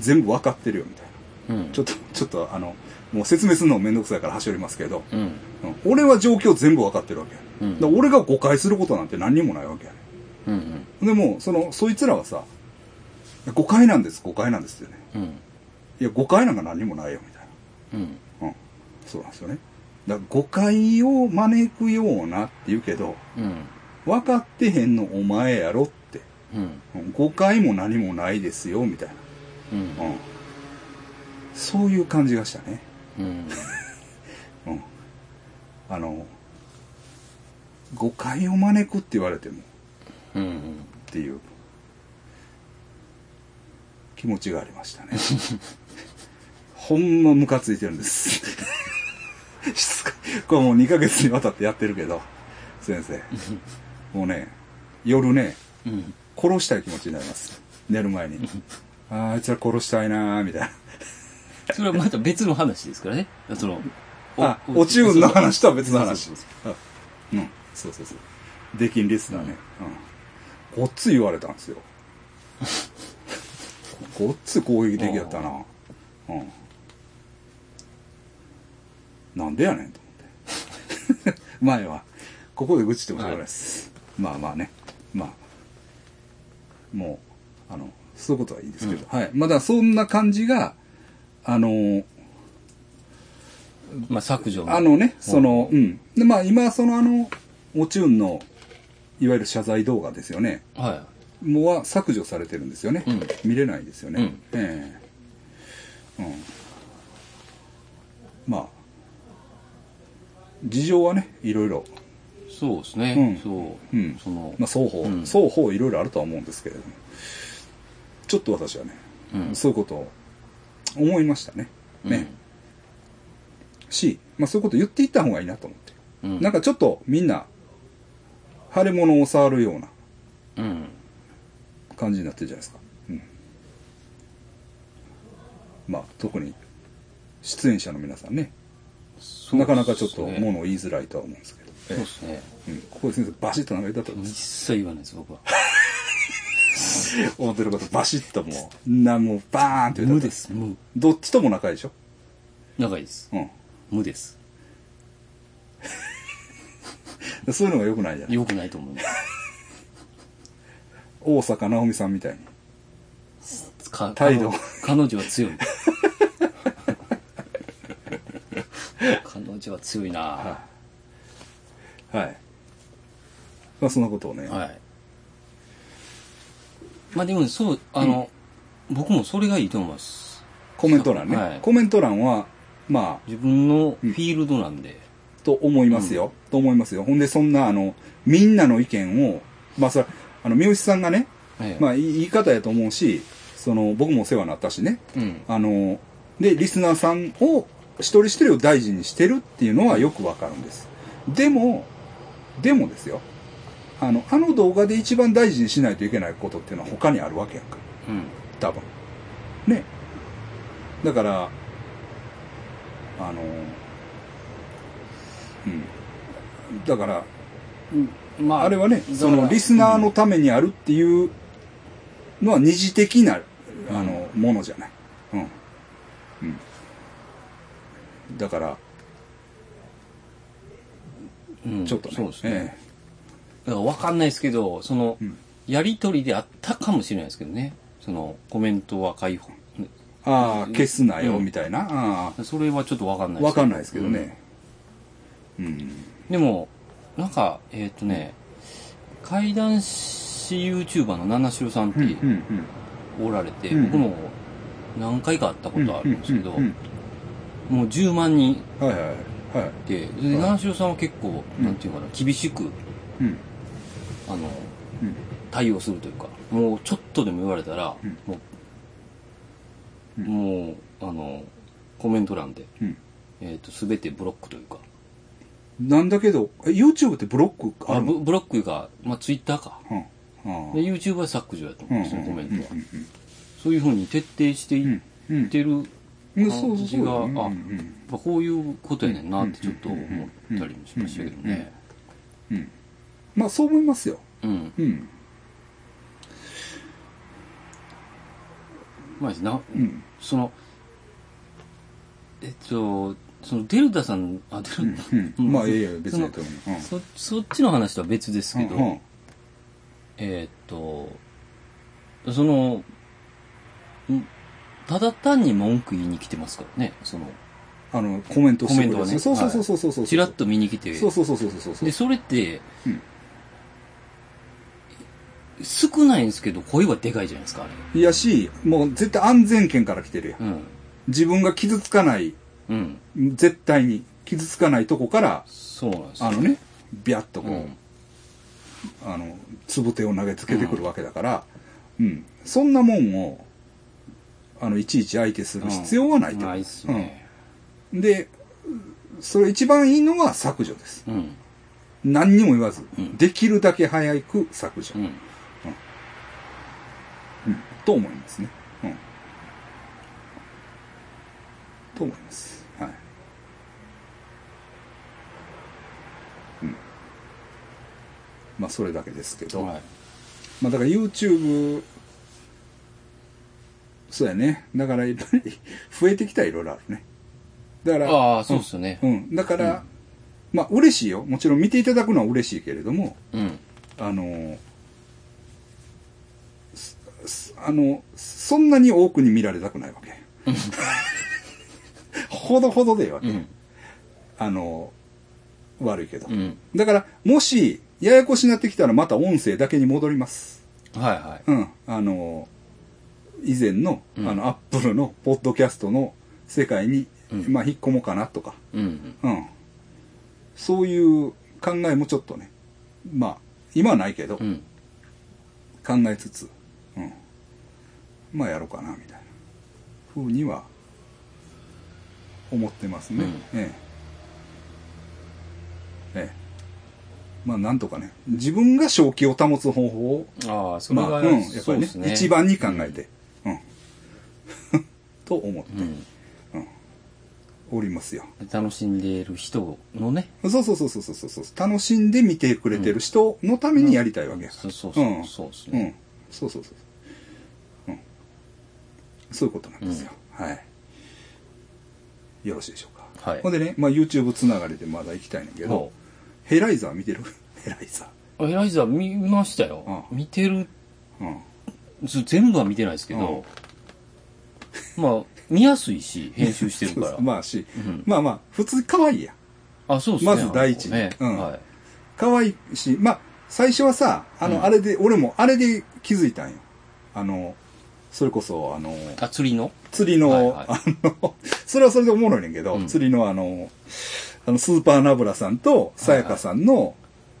全部分かってるよみたいうんなちょっとちょっとあのもう説明するのもめんどくさいから端折りますけど、うんうん俺は状況全部分かってるわけや、うんだから俺が誤解することなんて何にもないわけやねうんうんでもうそのそいつらはさ「誤解なんです誤解なんです」ってねうん「いや誤解なんか何にもないよ」みたいうんなうんそうなんですよねだから誤解を招くようなって言うけどうん分かってへんのお前やろってうんうん誤解も何もないですよみたいうんな、うん、そういう感じがしたねうんうんあの誤解を招くって言われてもうんっていう気持ちがありましたねほんまムカついてるんです しつこいこれもう2ヶ月にわたってやってるけど先生もうね夜ねうん殺したい気持ちになります寝る前にあーあいつら殺したいなーみたいなそれはまた別の話ですからねそのあ、おちゅんの話とは別の話そうそ。うん、そうそうそう。出禁リスナーね。うん。ごっつい言われたんですよ。 ごっつい攻撃的やったな。うん。なんでやねんと思って。 前は、ここで愚痴ってもしょうがないです。まあまあね。まあ。もう、あの、そういうことはいいですけど。はい。まだそんな感じが、あのまあ削除あのね、その、うん。で、まあ今、そのあの、おちゅんの、いわゆる謝罪動画ですよね。はもうは削除されてるんですよね。うん見れないですよね。うんええうん。まあ、事情はね、いろいろ、いそうですうんねそううんそのまあ双方、うん双方いろいろあるとは思うんですけれども、ちょっと私はね、うんそういうことを思いましたね。ね。し、まあそういうこと言っていった方がいいなと思って。うんなんかちょっとみんな、腫れ物を触るようなうん感じになってるじゃないですか。うん。まあ、特に、出演者の皆さんね、なかなかちょっとも物を言いづらいとは思うんですけど。そうですねうん、ここで先生、バシッとなんか言ったと一切言わないです僕は思ってること、バシッともう、な、もう、バーンって言無ったでとす無どっちとも仲いいでしょ仲いいですうん無です。でそういうのが良くないじゃないよくないと思います大阪なおみさんみたいに。か態度彼女は強い 彼女は強いなはい。まあ、そんなことをね。はいまあでもそうあの、僕もそれがいいと思いますコメント欄ね、はいコメント欄は、まあ、自分のフィールドなんで、と思いますよ。と思いますよ。ほんで、そんな、あの、みんなの意見を、まあ、それは、あの、三好さんがね、ええまあ、い言い方やと思うし、その、僕もお世話になったしね。うんあの、で、リスナーさんを、一人一人を大事にしてるっていうのはよくわかるんです。でも、でもですよあのあの動画で一番大事にしないといけないことっていうのは他にあるわけやんかうん多分ねだからあのうんだからまああれはねそのリスナーのためにあるっていうのは二次的なあのものじゃないうん、うん、だからちょっとね、そうですね、ええだからわかんないですけど、その、うんやりとりであったかもしれないですけどね。その、コメントは解放。ああ消すなようんみたいな、あそれはちょっとわかんあないわかんないですけど。ね、うんでも、なんか、えーっ、とね、怪談師 YouTuber の七代さんっうん、うんておられて、うん僕も何回か会ったうこんとあるんですけど、ううんもう10万人うんはいはいはいで、で七代さんは結構、うんなんていうかな、厳しく、うんあの、うん対応するというか、もうちょっとでも言われたら、うんもう、うんもう、あの、コメント欄で、うんえっ、と、すべてブロックというか、なんだけどえ YouTube ってブロックああるのブブロックいうか、まあ、ツイッターか。うんああで、YouTube は削除やと思うんですよ、コメントは。うんそういうふうに徹底していっうんうんてる、うんうん、そう感そうじそうが、うんあ、うやんっぱこういうことやねんなってちょっと思ったりもしましたけどね。うんまあそう思いますようん。うんまあ、な、うんその、えっと、そのデルタさん、あ、デルタ、うんうんまあいいよ別にと思ううんそそっちの話とは別ですけど、うんうんえーっと、その、んただ単に文句言いに来てますからね、その、あのコメントしてくれるコメントはねそうそうそうそうそうそうちらっと見に来て、そうそうそうそうそうそうで、それって、うん少ないんですけど、声はでかいじゃないですか、あいれ。やしもう絶対安全圏から来てるやんうん。自分が傷つかないうん。絶対に傷つかないとこからそうなんですよあのねビャッとうこう、ん。あのつぶ手を投げつけてくるわけだから、うんそんなもんをあのいちいち相手する必要はないと、ないっすね。うんでそれ一番いいのは削除ですうん。何にも言わず、うんできるだけ早く削除、ううんん。と思いますね、うん、と思いますはいうんまあそれだけですけど、はい。まあだから YouTube、そうやね。だから いろいろ増えてきたらいろいろあるね。だから、ああ、そうっすよね。うん。だから、まあ嬉しいよ。もちろん見ていただくのは嬉しいけれども、うん。あのー、すすあの、そんなに多くに見られたくない わけ。ほどほどでいいわうけ。ん。あのー、悪いけど。うん。だから、もし、ややこしになってきたらまた音声だけに戻ります。はいはい。うん、あの以前の,、うんあのアップルのポッドキャストの世界に、うんまあ引っ込もうかなとか、うん。うん、そういう考えもちょっとねまあ今はないけど、うん。考えつつ、うん、まあやろうかなみたいなふうには思ってますね、うんええええまあなんとかね自分が正気を保つ方法をああ、それまが、あ、うん、やっぱそうりでねすね。一番に考えて、うん。 と思ってうん。おりますよ。楽しんでいる人のね、そうそうそうそうそうそう。楽しんで見てくれてる人のためにやりたいわけや。そうそうそう、んそうですうねん。。そうそうそう。うん。そういうことなんですよ。はい。よろしいでしょうか。はいほんでね、まあ YouTube つながりでまだ行きたいんだけどほ、ヘライザー見てるヘライザあエライザ見ましたよ。う見てる、ー。うん。ず全部は見てないですけど、 まあ、見やすいし、編集してる かそうら。そうまあし、んまあまあ、普通可愛いやん。あ、そうですね。まず第一にね、うんはい。可愛いし、まあ、最初はさ、あの、うんあれで、俺もあれで気づいたんよ。あの、それこそ、あの、あ、釣りの釣りの、はいはいあの、 それはそれでおもろいねんけど、うん釣りのあの、あの、スーパーナブラさんと、さやかさんの、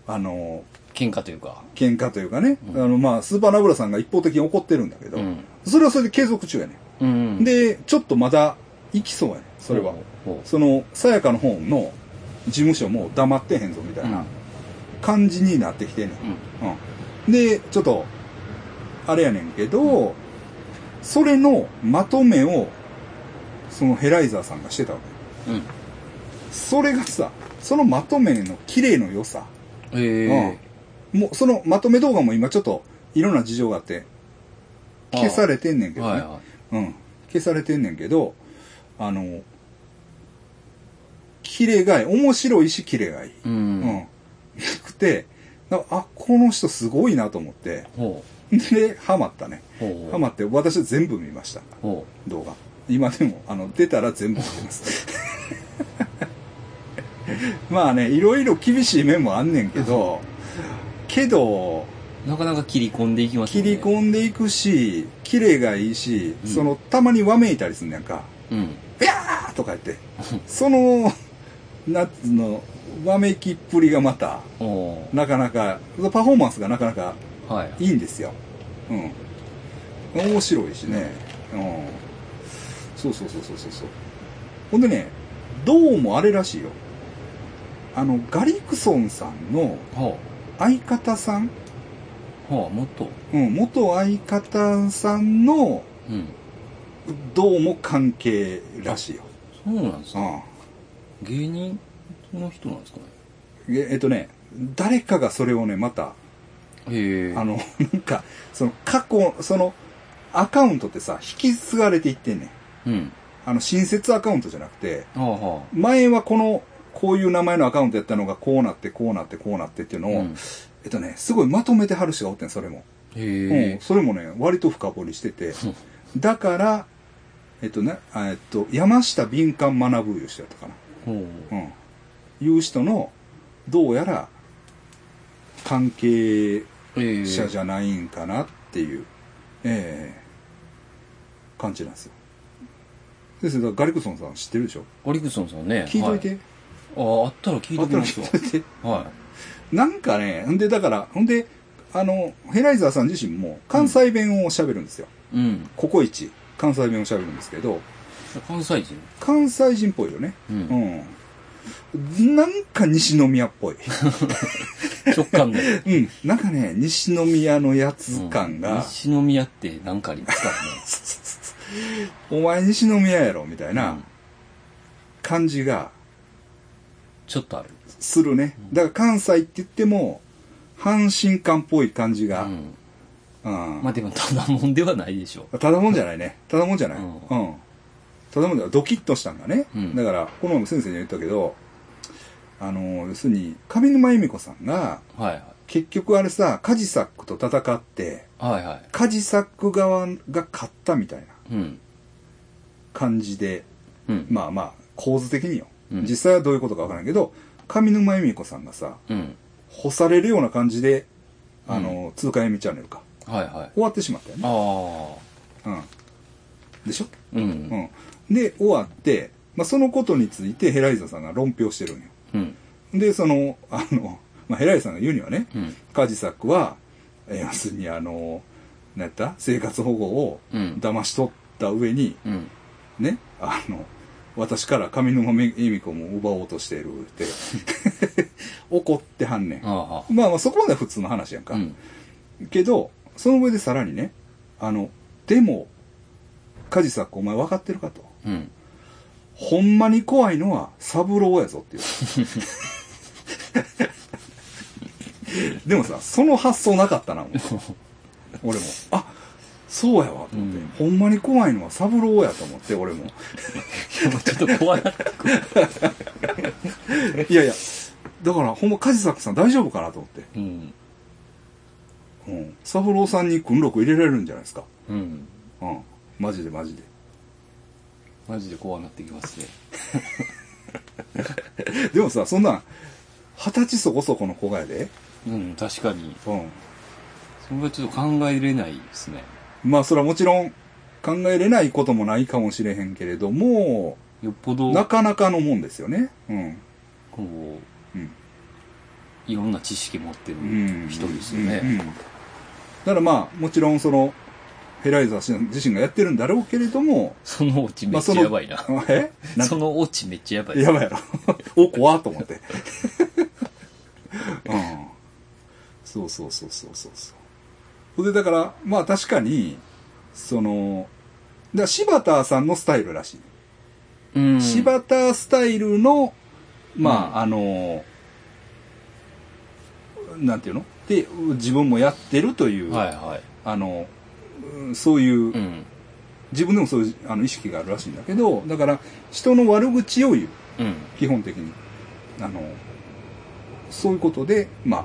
あの、喧嘩というか。喧嘩というかね、うんあの、まあ、スーパーナブラさんが一方的に怒ってるんだけど、うんそれはそれで継続中やねうん。ん。、で、ちょっとまだ、行きそうやねん、それは。ほうほうその、さやかの方の事務所も黙ってへんぞ、みたいな。感じになってきてんねんうん、でちょっとあれやねんけどそれのまとめをそのヘライザーさんがしてたわけうん。うん。それがさそのまとめの綺麗の良さ、えうん、もうそのまとめ動画も今ちょっといろんな事情があってああ消されてんねんえけどね、はいはうん、消されてんねんけどあの綺麗がいい面白いし綺麗がいい、い。ううんん。くてなあこの人すごいなと思ってほでハマったねう。ほう。ハマって私は全部見ましたほ動画今でもあの出たら全部見てます まあねいろいろ厳しい面もあんねんけどけどう。なかなか切り込んでいきます切りん。込んでいくし綺麗がいいし、うんそのたまにわめいたりすんねやんかうん。 「ビャー!」とか言ってその夏のわめきっぷりがまたほなかなかパフォーマンスがなかなかう。はい。いいんですよ。うん。面白いしね。うん。そうそうそうそうそうそう。ほんでね、どうもあれらしいよ。あの、ガリクソンさんのほ相方さん、う。ほう、もっと。うん、元相方さんの、うん。どうも関係らしいよ。そうなんですうか。ん。芸人の人なんですかね。ええっとね、誰かがそれをね、また、へえ。あの、なんか、その過去、その、アカウントってさ、引き継がれていってんねん。うん。あの、新設アカウントじゃなくて、はあは前はこの、こういう名前のアカウントやったのが、こうなって、こうなって、こうなってっていうあ。のうを、ん。えっとね、すごいまとめてはる人がおってん、それも。へうえん。。それもね、割と深掘りしてて。だから、えっとね、あえっと、山下敏感学ぶいう人やったかほう。な。うん。いう人の、どうやら、関係ええ。者じゃないんかなっていう、ええ感じなんですよ。ですよだからガリクソンさん知ってるでしょオリクソンさんね。聞いといはて。ああ、あったら聞いあとっきたらますわ聞。いといて。は なんかね、ほんで、だから、ほんで、あの、ヘライザーさん自身も関西弁を喋るんですよ。い。うん。ココイチ、関西弁を喋るんですけど、関西人。関西人っぽいよね。う。うんん。なんか西宮っ ぽい。直感で。 うん。なんかね、西宮のやつ感うんが、西宮って何かありますからね。お前西宮やろ、みたいうんな感じがちょっとある。するね。だから関西って言っても、阪神感っぽい感じうが、うんん。まあでも、ただもんではないでしょただもんじゃないね。ただもんじゃない。ううんん。ただもんじゃない。ドキッとしたんだね。うんだから、この前も先生に言ったけど、あの、要するに、上沼恵美子さんが、う。はい結局あれさ、カジサックと戦って、はい。はいはい。カジサック側が勝ったみたいなうん。感じで、うん。まあまあ、構図的によ。うん実際はどういうことかわからんけど、上沼恵美子さんがさ、うん。干されるような感じで、あの、通過恵美チャンネルか。はいはい。終わってしまったよね。ああ。うん。でしょうう。んん、で終わって、まあ、そのことについてヘライザさんが論評してるんようん。でそのあの、まあ、ヘライザさんが言うにはねうん。カジサックはえー要するにあの何やった生活保護をうん騙し取った上にうん。ねあの私から上沼恵美子も奪おうとしているって 怒ってはんねんあまあまあそこまでは普通の話やんあ。か、うん。けどその上でさらにねあのでもカジサックお前分かってるかとうん。 ほんまに怖いのは三郎やぞっ ていう。でもさ、その発想なかったな、思って俺も。あ、そうやわ、と思って、うんほんまに怖いのは三郎やと思って、俺も。でもちょっと怖い。いやいや、だからほんま、梶作さん大丈夫かなと思って。うん。うん。三郎さんに訓録入れられるんじゃないですか。うん。うん。マジでマジで。マジで怖なってきますね。でもさ、そんなん、二十歳そこそこの子がやで。うん、確かに。うん。それはちょっと考えれないですね。まあ、それはもちろん、考えれないこともないかもしれへんけれども、よっぽど、なかなかのもんですよね。うん。こうん。う、いろんな知識持ってるうん。人ですよね。うんうんだからまあ、もちろんその、ヘライザー氏自身がやってるんだろうけれども、そのオチめまっあ、ちゃのやばいな。。 えなそのオ チめっちゃやば い。やばいやろ。お、怖っと思って。うん。そうそうそうそうそうそう。ほんで、だから、まあ確かに、その、だから柴田さんのスタイルらしい。うん。柴田スタイルの、まあ、あの、なんていうので、自分もやってるという、はいはい。あの、うんそういう、うん。自分でもそういうあの意識があるらしいんだけど、だから、人の悪口を言う、うん。基本的に。あの、そういうことで、まあ、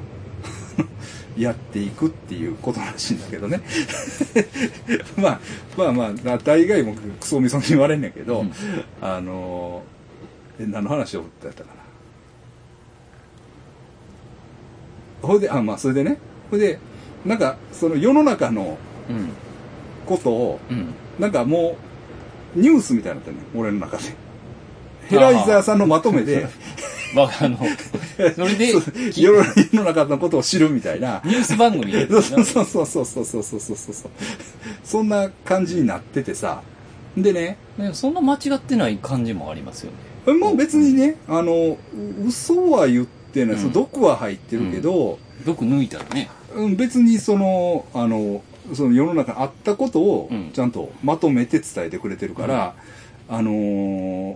やっていくっていうことらしいんだけどね。 まあ、まあまあ、だ大概もクソみそに言われんねんけど、うんあの、え何の話をやったかな。ほいで、あ、まあ、それでね。ほいで、なんか、その世の中のうん。ことを、うん。なんかもう、ニュースみたいになってるね、俺の中で。ヘライザーさんのまとめで、まあ、あの、それで、き世の世の中のことを知るみたいな。ニュース番組で。そうそうそうそうそうそうそうそうそう。そんな感じになっててさ。でね、ねそんな間違ってない感じもありますよね。まあ別にね、あの、う嘘は言ってない、うんその毒は入ってるけど、毒抜いたらね。うん別にその、あの、その世の中にあったことをうんちゃんとまとめて伝えてくれてるから、あのー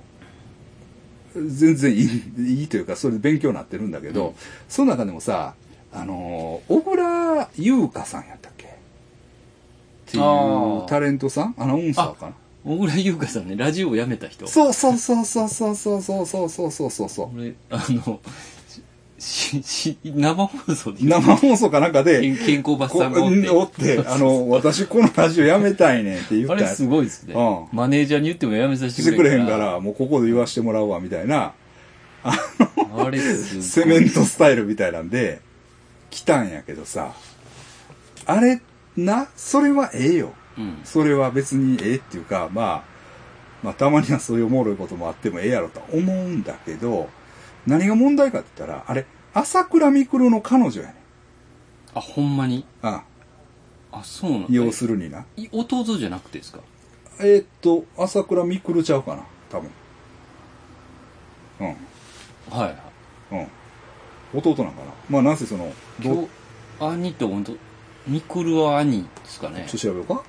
全然いい、いいというか、それで勉強になってるんだけど、うんその中でもさ、あのー小倉優香さんやったっけっていあーうタレントさんアナウンサーかな小倉優香さんね、ラジオを辞めた人。そうそうそうそうそうそうそうそうそうそうそうそう。俺、あの、し、し、生放送で生放送かなんかで、健健康バスこさんがおおっ。ってて、あの、私このラジオやめたいねんって言っあたれやつす。ごいですね。うマネージャーに言っても辞めさせしててくくれれへんか。ら、もうここで言わしてもらうわ、みたいな、あれすごい。セメントスタイルみたいなんで、来たんやけどさ、あれ、な、それはええよ。うん。それは別にええっていうか、まあ、まあ、たまにはそういうおもろいこともあってもええやろと思うんだけど、何が問題かって言ったら、あれ、朝倉未来の彼女やねん。あ、ほんまにああ、そうなんだ。要するにな。い弟じゃなくてですかえーっと、朝倉未来ちゃうかな、多分。はいはい。うん、うん。弟なんかな。まあ、なんせその、ど今日、兄と本当ミクルは兄ですかちょねっと。調べようか。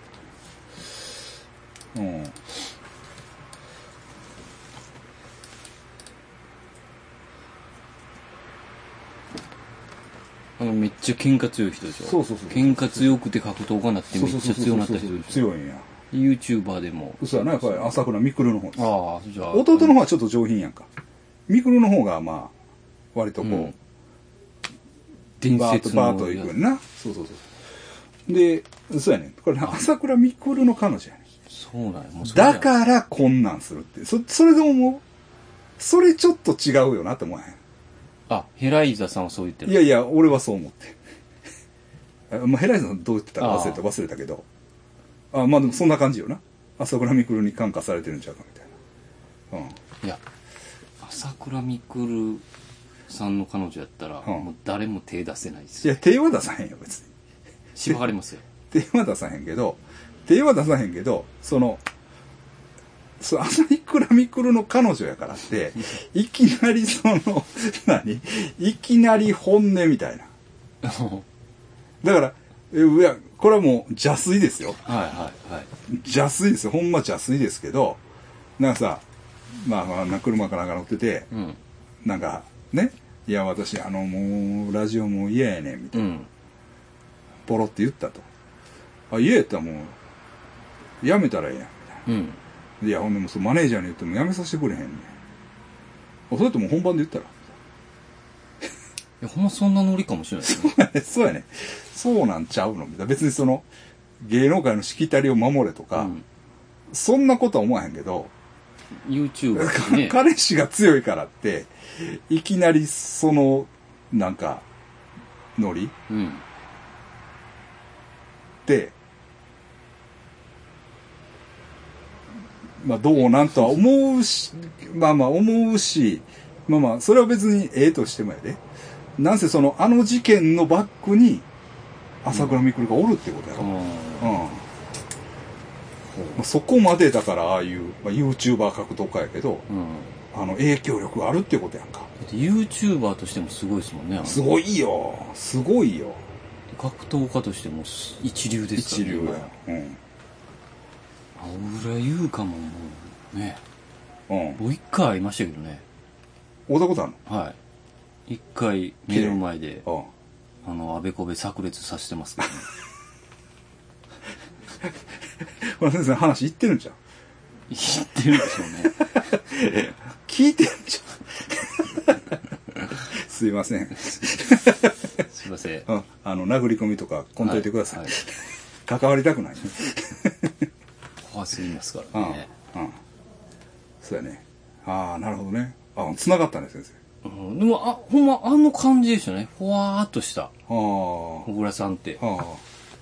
うん。あのめっちゃ喧嘩強い人でしょ。そうそうそう喧嘩強くて格闘家になってめっちゃ強くなった人でしょ。強いんや。 YouTuber でも。嘘やな、やっぱり朝倉未来の方です。ああ、じゃあ。弟の方はちょっと上品やんか。未来の方が、まあ、割とこう、うん伝バーッと説バーッのといくんな。そうそうそう。で、そうやねん。これ、朝倉未来の彼女やねん。そうなんや。もうそれじゃんだから、こんなんするって。そ、それでももう、それちょっと違うよなって思わへん。あ、ヘライザさんはそう言ってる。いやいや、俺はそう思って。 あまあ、ヘライさんどう言ってたか忘れた、あ忘れたけど。あまあでもそんな感じよな。朝倉未来に感化されてるんちゃうかみたいな。いや、朝倉未来さんの彼女やったら、うんもう誰も手出せないうでん。いすよ。や、手は出さへんよ、別に。縛られます よ。手は出さへんけど、手は出さへんけど、その、そう、朝倉未来の彼女やから って、いきなりその、何いきなり本音みたいな。はいだから、えいや、これはもう邪推ですよ。はいはい。邪推ですよほんま邪推ですけどなんかさまあまあな車かなんか乗っててうん。なんかねいや私あのもうラジオもう嫌やねんみたいうん。なポロって言ったとあ嫌やったらもうやめたらええやんみたいうん。ないやほんでもうそうマネージャーに言ってもやめさせてくれへんねんあそれともう本番で言ったらいや、ほんまそんなノリかもしれないですね。 そうやね。そうなんちゃうのみたいな。別にその、芸能界のしきたりを守れとうか、ん。そんなことは思わへんけど、 YouTube ですね。彼氏が強いからって、いきなりその、なんか、ノリっうん。て、まあどうなんとは思うし、まあまあ思うし、まあまあ、それは別にええとしてもやで。なんせその、あの事件のバックに、朝倉未来がおるってことやろ。うん。あまあそこまでだから、ああいう、まあ、YouTuber 格闘家やけど、ーうん。あの、影響力があるっていうことやんか。って YouTuber としてもすごいですもんね。すごいよ。すごいよ。格闘家としても一流です一からね流だよ。うん。青浦優香ももうね、うん。もう一回ありましたけどね。おったことあるはい。一回目の前で、のあの、あべこべ炸裂させてますからね。うん。先生話言ってるんじゃん。 知ってるんでしょうね。聞いてるんじ ゃん。すいません。 すいません。うんあの、殴り込みとか、こんといてください。は関わりたくない。怖すぎますかうん。らうんね。。そうやね。ああ、なるほどね。あ繋がったね、先生。うんでも、あ、ほんま、あの感じでしたね。ほわーっとした、あ小倉さんってあ。。ああ。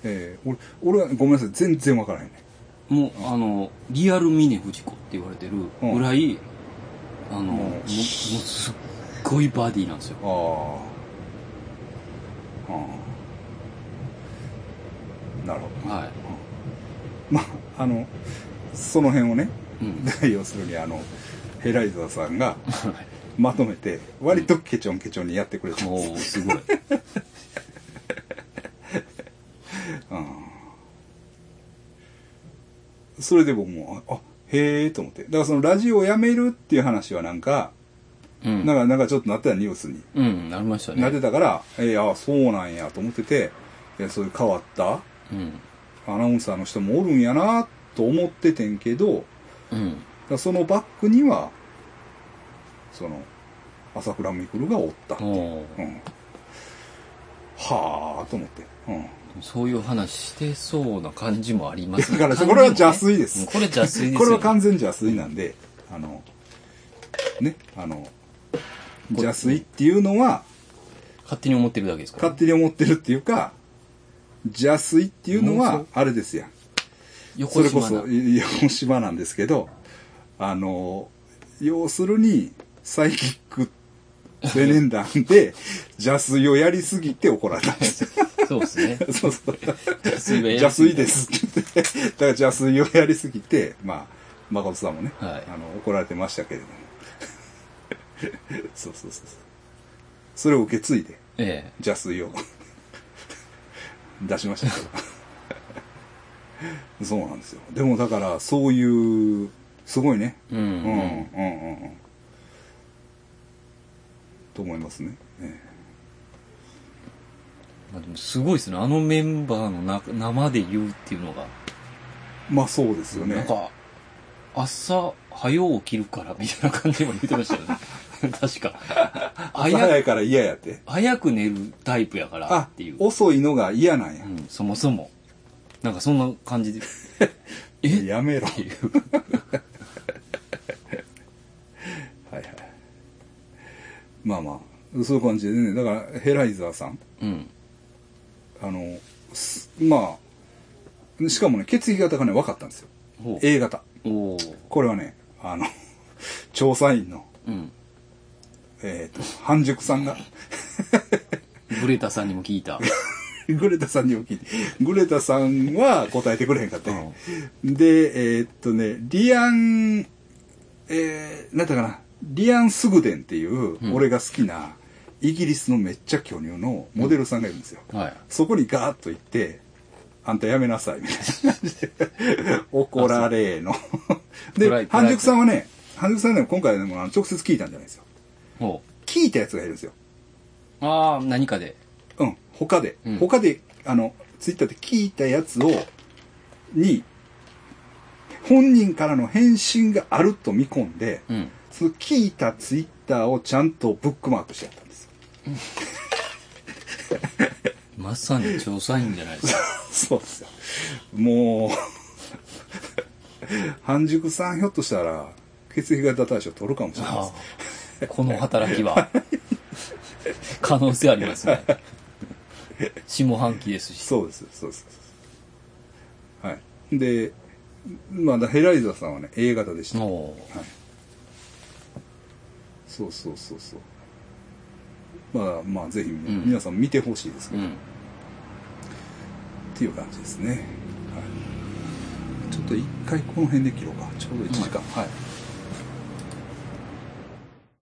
ええ俺、俺はごめんなさい。全然わからへんね。もう、あの、リアル峰藤子って言われてるぐらい、あの、もんもうすっごいバディなんですよ。ああ。ああ。なるほど。はまあ、あの、その辺をね、い。うん。 代表するに、あの、ヘライザーさんが、まとめて、割とケチョンケチョンにやってくれてます。もう、すごい。それで僕も、あ、へえと思って。だからそのラジオをやめるっていう話はなんか、うなんん。か、なんかちょっとなってたニュースにうん、なりましたなってね。たから、えーあそうなんやと思ってて、えーそういう変わったうん。アナウンサーの人もおるんやなと思っててんけど、だかうん。らそのバックには、その、朝倉未来がおった。うん。もう、はあと思って。うん。そういう話してそうな感じもありますだからこれは邪推ですうんこれ邪推ですよ。これは完全邪推なんで、あの、ね、あの、邪推っていうのは、勝手に思ってるだけですから勝。手に思ってるっていうか、邪推っていうのもうはそ、あれですやん。そ横れこ島なそ、。い横島なんですけど、あの、要するに、サイキック青年団で、邪推をやりすぎて怒られた んですよ。そうです ね。そうそう。邪邪推で。すって言って、だから邪推をやりすぎて、まあ、誠さんもね、はいあの、怒られてましたけれども。 そうそうそうそう。それを受け継いで、え邪推を出しましたけど。 そうなんですよ。でもだから、そういう、すごいね。え。うんう。ん、うん、うん、うん。と思いますね。えまあ、でもすごいですね。あのメンバーのな生で言うっていうのが。えまあそうですよね。なんか、朝、早う起きるからみたいな感じも言ってましたよね。 確か。朝早早いから嫌やって。早く寝るタイプやからあっていう、。遅いのが嫌なんやう。ん、そもそも。なんかそんな感 じで。えっやめろ。ていう。はいはい。まあまあ、そういう感じでね、だからヘライザーさん、うん。あの、すまあ、しかもね、血液型がね、分かったんですよ。ほう A 型。おーこれはね、あの、調査員の、うん。えっ、と、半熟さんが、ブレタさんにも聞い た。グレタさんにお聞いて、グレタさんは答えてくれへんかったね。で、えーっとね、リアン、えー、なんだかな、リアン・スグデンっていう、うん俺が好きな、イギリスのめっちゃ巨乳のモデルさんがいるんですよ。はい。そこにガーッと行って、あんたやめなさい、みたいな感 じで、怒られーの。プラでイ、半熟さんはね、半熟さんはね、今回でもあの直接聞いたんじゃないですよ。ほ聞いたやつがいるんですよ。う。ああ、何かで。うん、他で。うん他で、あの、ツイッターで聞いたやつを、に、本人からの返信があると見込んで、うん。その聞いたツイッターをちゃんとブックマークしてやったんです よ。まさに調査員じゃないですか。そうですよ。もう、半熟さんひょっとしたら、血液型対象取るかもしれないであす。ー この働きは。可能性ありますね。下半期ですし。そうです、そうです。はい。で、まだヘライザーさんはね、A 型でした。はい。おーそうそうそうそう。まあ、まあ、ぜひ、ん皆さん見てほしいですけうど、ん。っていう感じですね。はい。ちょっと一回この辺で切ろうか。ちょうど1時間。はい